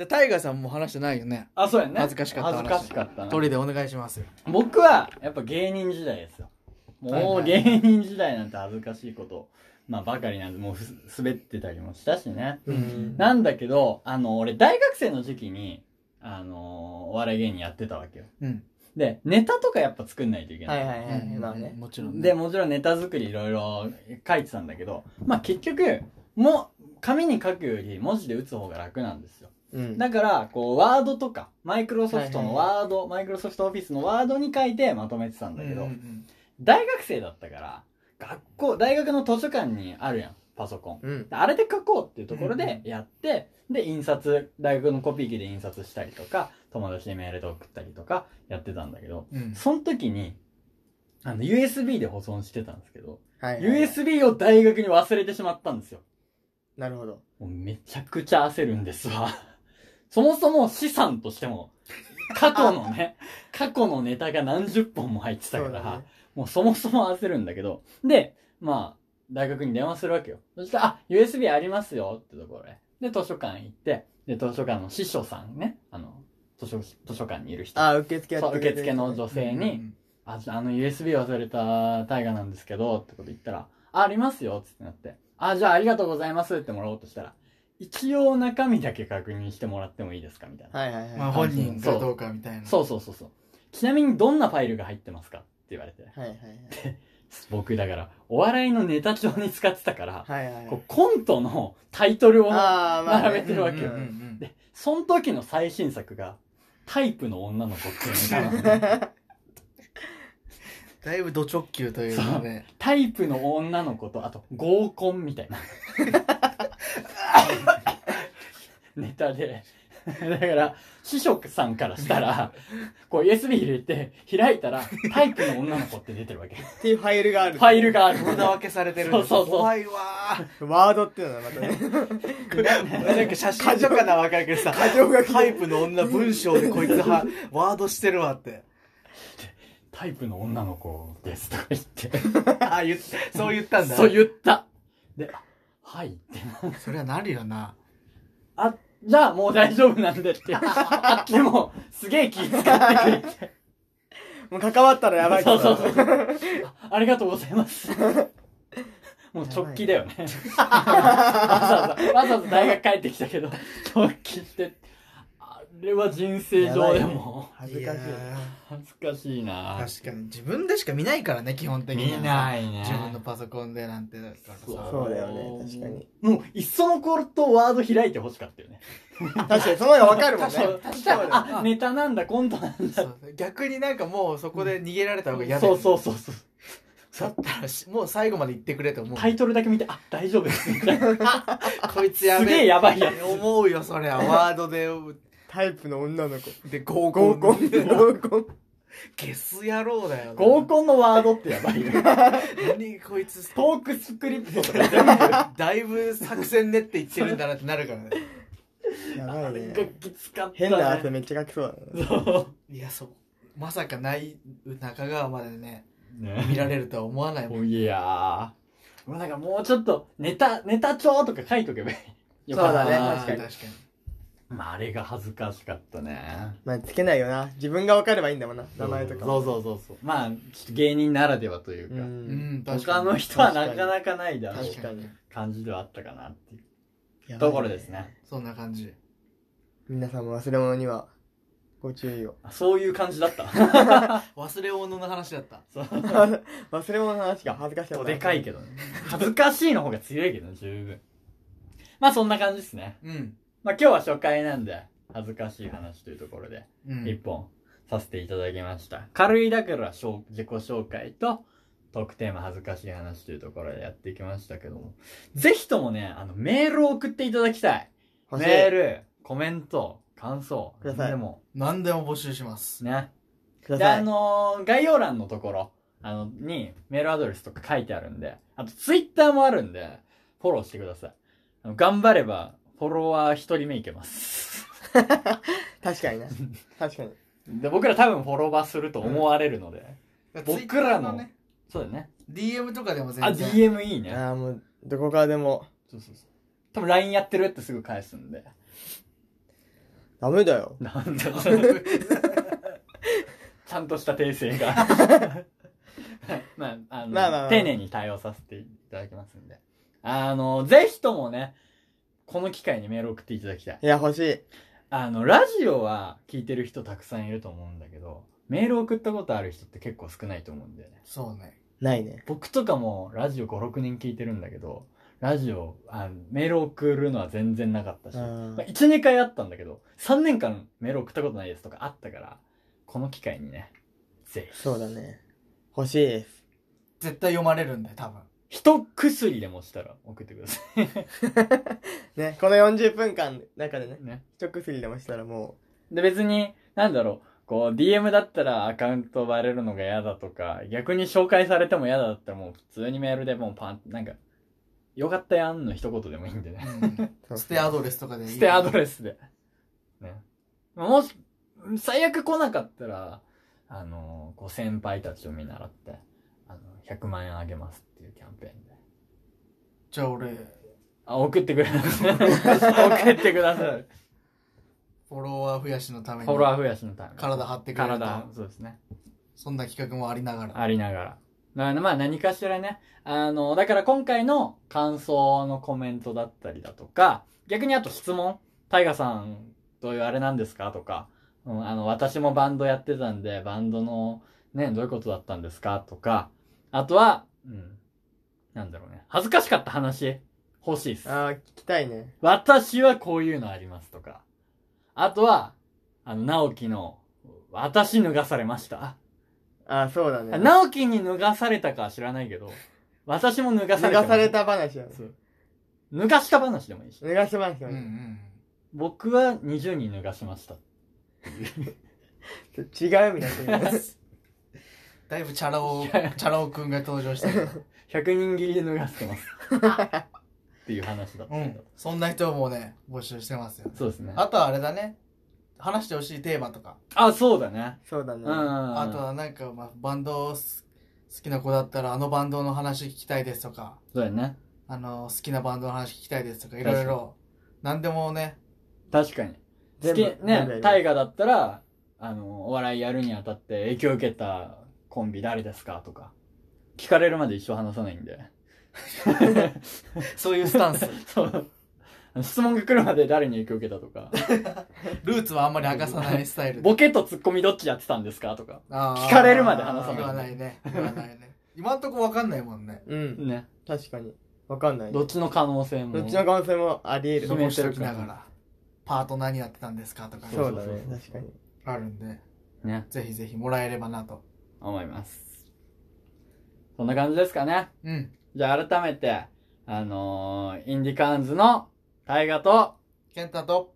[SPEAKER 2] タイガーさんも話してないよね
[SPEAKER 1] あ、そうやね。
[SPEAKER 2] 恥ずかしかった話
[SPEAKER 1] 恥ずかしかったな。
[SPEAKER 2] 鳥でお願いしますよ
[SPEAKER 1] 僕は、やっぱ芸人時代ですよ。もう
[SPEAKER 2] はいはい
[SPEAKER 1] 芸人時代なんて恥ずかしいことまあ、ばかりなんで、もうす滑ってたりもしたしね。
[SPEAKER 3] うん
[SPEAKER 1] なんだけど、あの、俺、大学生の時期に、あのお笑い芸人やってたわけよ。
[SPEAKER 2] うん。
[SPEAKER 1] で、ネタとかやっぱ作んないといけな。
[SPEAKER 3] はいいはいは
[SPEAKER 2] う
[SPEAKER 3] い。
[SPEAKER 2] ん
[SPEAKER 3] まあね。
[SPEAKER 2] もちろんね。
[SPEAKER 1] で、もちろんネタ作りいろいろ書いてたんだけど、まあ結局、もう、紙に書くより文字で打つ方が楽なんですよ。
[SPEAKER 3] うん。
[SPEAKER 1] だから、こう、ワードとか、マイクロソフトの
[SPEAKER 3] はいは
[SPEAKER 1] ワード、マイクロソフトオフィスのワードに書いてまとめてたんだけど、
[SPEAKER 2] うんうん
[SPEAKER 1] 大学生だったから、学校、大学の図書館にあるやん、パソコン。
[SPEAKER 3] うん。
[SPEAKER 1] であれで書こうっていうところで
[SPEAKER 2] う
[SPEAKER 1] やって、で、印刷、大学のコピー機で印刷したりとか、友達にメールで送ったりとかやってたんだけど、
[SPEAKER 2] うんうん
[SPEAKER 1] その時に、あの、USB で保存してたんですけど、
[SPEAKER 3] はいはいはい。
[SPEAKER 1] USB を大学に忘れてしまったんですよ。
[SPEAKER 3] なるほど。
[SPEAKER 1] もうめちゃくちゃ焦るんですわ。 そもそも資産としても、過去の ね、過去のネタが何十本も入ってた
[SPEAKER 3] そ
[SPEAKER 1] か
[SPEAKER 3] う
[SPEAKER 1] ら、
[SPEAKER 3] だね。
[SPEAKER 1] もうそもそも焦るんだけど、で、まあ、大学に電話するわけよ。そしたら、あ、USB ありますよってところで。で、図書館行って、で、図書館の司書さんね、あの、図書、図書館にいる人。
[SPEAKER 3] あ、受付や
[SPEAKER 1] そ
[SPEAKER 3] っ
[SPEAKER 1] う
[SPEAKER 3] てくれ
[SPEAKER 1] 受
[SPEAKER 3] てる
[SPEAKER 1] 付の女性に、ああの USB 忘れた大河なんですけどってこと言ったら「あありますよ」っつってなって「あじゃあありがとうございます」ってもらおうとしたら「一応中身だけ確認してもらってもいいですか?」みたいな、
[SPEAKER 3] はいはい
[SPEAKER 2] まあ
[SPEAKER 3] は
[SPEAKER 2] 本人かどうかみたいな。
[SPEAKER 1] そうそうそうそうちなみにどんなファイルが入ってますかって言われて
[SPEAKER 3] い。はいはい
[SPEAKER 1] 僕だからお笑いのネタ帳に使ってたから、
[SPEAKER 3] はい。はいはいは
[SPEAKER 1] こ。
[SPEAKER 3] いう
[SPEAKER 1] コントのタイトルを
[SPEAKER 3] ああ、まあね。
[SPEAKER 1] 並べてるわけよ
[SPEAKER 3] うんうんうん
[SPEAKER 1] でその時の最新作が「タイプの女の子」っていうネタなのね
[SPEAKER 2] だいぶド直球というかね。
[SPEAKER 1] タイプの女の子とあと合コンみたいなネタでだから師匠さんからしたらこう USB 入れて開いたらタイプの女の子って出てるわけフ
[SPEAKER 3] っていうファイルがある。
[SPEAKER 1] ァイルがある
[SPEAKER 2] 体分けされてるんです
[SPEAKER 1] そうそうそう
[SPEAKER 2] 怖いわ
[SPEAKER 3] ワードっていうのはま たね。
[SPEAKER 2] ー。なんか写真とかならわかるけどさ、
[SPEAKER 3] 箇条書き
[SPEAKER 2] タイプの女文章でこいつは、ワードしてるわって。
[SPEAKER 1] タイプの女の子ですとか言って
[SPEAKER 2] あ、言っそう言ったんだ。
[SPEAKER 1] そう言ったであはいって
[SPEAKER 2] そりゃなるよな。
[SPEAKER 1] あじゃあもう大丈夫なんでってあってもすげえ気遣ってくれて
[SPEAKER 3] もう関わったらやばい
[SPEAKER 1] そうそうそう。あありがとうございます。もう直帰だよね。わざわざ、わざわざ大学帰ってきたけど、直帰して、あれは人生上でも、
[SPEAKER 3] 恥ずかしい。
[SPEAKER 1] 恥ずかしいな
[SPEAKER 2] 確かに自分でしか見ないからね、基本的にはさ。
[SPEAKER 1] 見ないね
[SPEAKER 2] 自分のパソコンでなんてだからさ。
[SPEAKER 1] そう
[SPEAKER 3] そうだよね。確かに。
[SPEAKER 1] もう、いっその頃とワード開いてほしかったよね。
[SPEAKER 3] 確かに、その方がわかるもんね。
[SPEAKER 1] そうそしたら、あ、ネタなんだ、コントなんだ。
[SPEAKER 2] そう逆になんかもうそこで逃げられた方が嫌だよ
[SPEAKER 1] そ
[SPEAKER 2] ね
[SPEAKER 1] うそうそうそう。
[SPEAKER 2] だったらしもう最後まで言ってくれと思う。
[SPEAKER 1] タイトルだけ見て、あ、大丈夫です、みたいな。
[SPEAKER 2] こいつやべ
[SPEAKER 1] すげえやばいやつ。
[SPEAKER 2] 思うよ、そりゃ。ワードで、
[SPEAKER 3] タイプの女の子。
[SPEAKER 2] で、合コ
[SPEAKER 3] 合
[SPEAKER 2] ン。
[SPEAKER 3] コン。合コン。
[SPEAKER 2] ゲス野郎だよな。
[SPEAKER 1] 合コンのワードってやばいよ。
[SPEAKER 2] 何こいつ、
[SPEAKER 1] トークスクリプトとか全部。
[SPEAKER 2] だいぶ作戦練って言ってるんだなってなるからね。
[SPEAKER 3] やばいね。
[SPEAKER 1] きつかった、ね。
[SPEAKER 3] 変な汗めっちゃかきそうだな。
[SPEAKER 2] いや、そう。まさかない、中川までね、見
[SPEAKER 1] ね
[SPEAKER 2] られるとは思わないもん。
[SPEAKER 1] おいやー。もうなんかもうちょっと、ネタ、ネタ帳とか書いとけばいい。
[SPEAKER 3] そうだね
[SPEAKER 1] よかった
[SPEAKER 3] 確かに
[SPEAKER 2] あー確かに。
[SPEAKER 1] なまあ、あれが恥ずかしかったね。
[SPEAKER 3] まあ、つけないよな。自分がわかればいいんだもんな。名前とか。
[SPEAKER 1] そうそうそうそう。まあ、ちょっと芸人ならではという
[SPEAKER 3] う
[SPEAKER 1] か、
[SPEAKER 3] ん。
[SPEAKER 2] うん、確か
[SPEAKER 1] 他
[SPEAKER 2] に。
[SPEAKER 1] の人はなかなかないだろう
[SPEAKER 3] 確かに。
[SPEAKER 1] 感じではあったかなっていうところですね。
[SPEAKER 2] そんな感じ。
[SPEAKER 3] 皆さんも忘れ物にはご注意を。
[SPEAKER 1] あそういう感じだった。
[SPEAKER 2] 忘れ物の話だった。
[SPEAKER 3] 忘れ物の話が恥ずかしか
[SPEAKER 1] と
[SPEAKER 3] った。
[SPEAKER 1] でかいけどね。恥ずかしいの方が強いけどね、十分。まあ、そんな感じですね。
[SPEAKER 2] うん。
[SPEAKER 1] まあ、今日は初回なんで、恥ずかしい話というところで。
[SPEAKER 2] う
[SPEAKER 1] 一
[SPEAKER 2] ん。
[SPEAKER 1] 本させていただきました。軽いだから紹自己紹介とトークテーマ恥ずかしい話というところでやってきましたけども、ぜひともね、あの、メールを送っていただきたい。
[SPEAKER 3] 欲しい。
[SPEAKER 1] メール、コメント、感想、
[SPEAKER 3] くださ
[SPEAKER 1] 何
[SPEAKER 3] い
[SPEAKER 1] でも、
[SPEAKER 2] 何でも募集します。
[SPEAKER 1] ね。
[SPEAKER 3] くだ
[SPEAKER 1] で、
[SPEAKER 3] さ
[SPEAKER 1] あ
[SPEAKER 3] い。
[SPEAKER 1] のー概要欄のところ、あの、にメールアドレスとか書いてあるんで、あとツイッターもあるんで、フォローしてください。あの頑張れば、フォロワー一人目いけます。
[SPEAKER 3] 確かにな。 確かに。
[SPEAKER 1] で、僕ら多分フォロワーすると思われるので、僕らの
[SPEAKER 2] Twitter ね、
[SPEAKER 1] そうだよね。
[SPEAKER 2] DM とかでも全
[SPEAKER 1] あ、
[SPEAKER 2] 然。
[SPEAKER 1] DM いいね。
[SPEAKER 3] ああ、もう、どこからでも。
[SPEAKER 1] そうそうそう。多分 LINE やってるってすぐ返すんで。
[SPEAKER 3] ダメだよ。
[SPEAKER 1] なんだちゃんとした訂正が。まあ、あの、
[SPEAKER 3] まあまあまあ
[SPEAKER 1] 丁寧に対応させていただきますんで。あの、ぜひともね、この機会にメール送っていただきたい。
[SPEAKER 3] いや、欲しい。
[SPEAKER 1] あの、ラジオは聞いてる人たくさんいると思うんだけど、メール送ったことある人って結構少ないと思うんだよね。
[SPEAKER 2] そうね。
[SPEAKER 3] ないね。
[SPEAKER 1] 僕とかもラジオ5、6人聞いてるんだけど、ラジオ、あメール送るのは全然なかったし、
[SPEAKER 3] う
[SPEAKER 1] ま
[SPEAKER 3] ん
[SPEAKER 1] あ、1、2回あったんだけど、3年間メール送ったことないですとかあったから、この機会にね、ぜひ。
[SPEAKER 3] そうだね。欲しいです。
[SPEAKER 2] 絶対読まれるんで、多分。
[SPEAKER 1] 一薬でもしたら送ってくださ
[SPEAKER 3] ね、この40分間の中でね
[SPEAKER 1] い、ね。
[SPEAKER 3] 一薬でもしたらも
[SPEAKER 1] で、別に、なんだろう、こう、DM だったらアカウントバレるのが嫌だとか、逆に紹介されても嫌だったらもう普通にメールでもうパン、なんか、よかったやんの一言でもいいんでね。
[SPEAKER 2] うん
[SPEAKER 3] う、そう
[SPEAKER 2] ステアドレスとかでいい。
[SPEAKER 1] ステアドレスで。ね。もし、最悪来なかったら、あの、こう先輩たちを見習って、あの、100万円あげますっていうキャンペーンで。
[SPEAKER 2] じゃあ俺、
[SPEAKER 1] あ、送ってくれ 送ってください。
[SPEAKER 2] フォロワー増やしのため
[SPEAKER 1] フォ
[SPEAKER 2] に
[SPEAKER 1] ロ、ワー増やしのために。
[SPEAKER 2] 体張ってくれると
[SPEAKER 1] 体、そうですね。
[SPEAKER 2] そんな企画もありながら。
[SPEAKER 1] ありながら。だからまあ何かしらね、あの、だから今回の感想のコメントだったりだとか、逆にあと質問、タイガさんどういうあれなんですかとか、うん、あの、私もバンドやってたんで、バンドのね、どういうことだったんですかとか、あとは、うん、なんだろうね、恥ずかしかった話、欲しいです。
[SPEAKER 3] あー、聞きたいね。
[SPEAKER 1] 私はこういうのありますとか。あとは、あの、直樹の、私脱がされました。
[SPEAKER 3] あー、そうだね。
[SPEAKER 1] 直樹に脱がされたかは知らないけど、私も脱がさ
[SPEAKER 3] 脱
[SPEAKER 1] れた。
[SPEAKER 3] がされ。た話やね。
[SPEAKER 1] そう。脱がした話でもいいし。
[SPEAKER 3] 脱がしました
[SPEAKER 2] うん
[SPEAKER 3] よ
[SPEAKER 2] う
[SPEAKER 3] ね。
[SPEAKER 2] ん。
[SPEAKER 1] 僕は20人脱がしました。
[SPEAKER 3] ちょ違うみたい な。
[SPEAKER 2] だいぶチャラ男、チャラ男くんが登場したけど。
[SPEAKER 1] 100人切りで脱がしてます。っていう話だった
[SPEAKER 2] う
[SPEAKER 1] けど
[SPEAKER 2] ん。そんな人もね、募集してますよ。
[SPEAKER 1] そうですね。あ、
[SPEAKER 2] あとはあれだね。話してほしいテーマとか。
[SPEAKER 1] そうだね。
[SPEAKER 3] そうだね
[SPEAKER 1] うん。。あ
[SPEAKER 2] あとはなんか、まあ、バンドす好きな子だったら、あのバンドの話聞きたいですとか、
[SPEAKER 1] そうだね。
[SPEAKER 2] あの、好きなバンドの話聞きたいですとか、い
[SPEAKER 1] 確かに
[SPEAKER 2] ろいろ、なんでもね、
[SPEAKER 1] 確かに。好
[SPEAKER 3] 全
[SPEAKER 1] き
[SPEAKER 3] 部、全部や
[SPEAKER 1] ね、
[SPEAKER 3] る
[SPEAKER 1] 大河だったら、あの、お笑いやるにあたって影響を受けたコンビ誰ですかとか。聞かれるまで一生話さないんで。
[SPEAKER 2] そういうスタンス。
[SPEAKER 1] そう。あの質問が来るまで誰に影響を受けたとか。
[SPEAKER 2] ルーツはあんまり明かさないスタイルで。
[SPEAKER 1] ボケとツッコミどっちやってたんですかとか。
[SPEAKER 2] 聞
[SPEAKER 1] 聞かれるまで話さない
[SPEAKER 2] 言わないね。言わないね。今んとこわかんないもんね。
[SPEAKER 3] うん。
[SPEAKER 1] ね。
[SPEAKER 3] 確かに。わかんない。
[SPEAKER 1] ど
[SPEAKER 3] ど
[SPEAKER 1] っちの可能性も。
[SPEAKER 3] っちの可能性もあり得
[SPEAKER 1] 決
[SPEAKER 3] る。
[SPEAKER 1] め
[SPEAKER 2] 残
[SPEAKER 1] て
[SPEAKER 2] し
[SPEAKER 1] る
[SPEAKER 2] と
[SPEAKER 1] から
[SPEAKER 2] きながら、パート何やってたんですかとか、
[SPEAKER 1] そう
[SPEAKER 3] そうだね。確かに。
[SPEAKER 2] あるんで、
[SPEAKER 1] ね。
[SPEAKER 2] ぜひぜひもらえればなと。
[SPEAKER 1] 思います。そんな感じですかね。
[SPEAKER 2] うん。
[SPEAKER 1] じゃあ改めて、あのー、インディカーンズの大河と、
[SPEAKER 2] 健太と、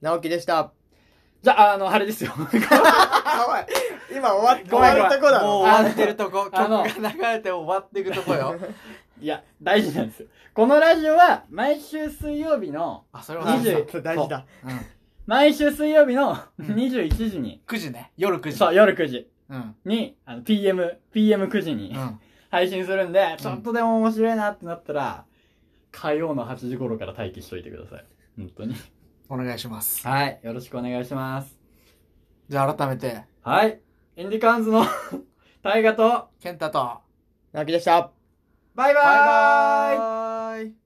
[SPEAKER 3] 直樹でした。
[SPEAKER 1] じゃあ、あの、あれですよ。
[SPEAKER 3] あ、おい。今終わっ、
[SPEAKER 1] ごめん
[SPEAKER 3] 終わるとこだ
[SPEAKER 2] もう
[SPEAKER 3] ろ。
[SPEAKER 2] 終わってるとこ、曲
[SPEAKER 1] あの
[SPEAKER 2] が流れて終わっていくとこよ。
[SPEAKER 1] いや、大事なんですよ。このラジオは、毎週水曜日の、
[SPEAKER 2] あ、それは
[SPEAKER 3] あ
[SPEAKER 2] 大事だ
[SPEAKER 1] 20
[SPEAKER 3] そう大事だ。
[SPEAKER 2] うん。
[SPEAKER 1] 毎週水曜日の
[SPEAKER 2] ん
[SPEAKER 1] 21時に、
[SPEAKER 2] 9時ね。夜9時。
[SPEAKER 1] そう、夜9時
[SPEAKER 2] うん。
[SPEAKER 1] に、あの、PM、PM9 時に、
[SPEAKER 2] うん。
[SPEAKER 1] 配信するんで、ちょっとでも面白いなってなったら、火曜の8時頃から待機しといてください。本当に。
[SPEAKER 2] お願いします。
[SPEAKER 1] はい。よろしくお願いします。
[SPEAKER 2] じゃあ改めて、
[SPEAKER 1] はい。インディカーンズの、 大河と、
[SPEAKER 2] 健太と、
[SPEAKER 3] 直樹でした。
[SPEAKER 1] バイバーイ
[SPEAKER 2] バイバーイ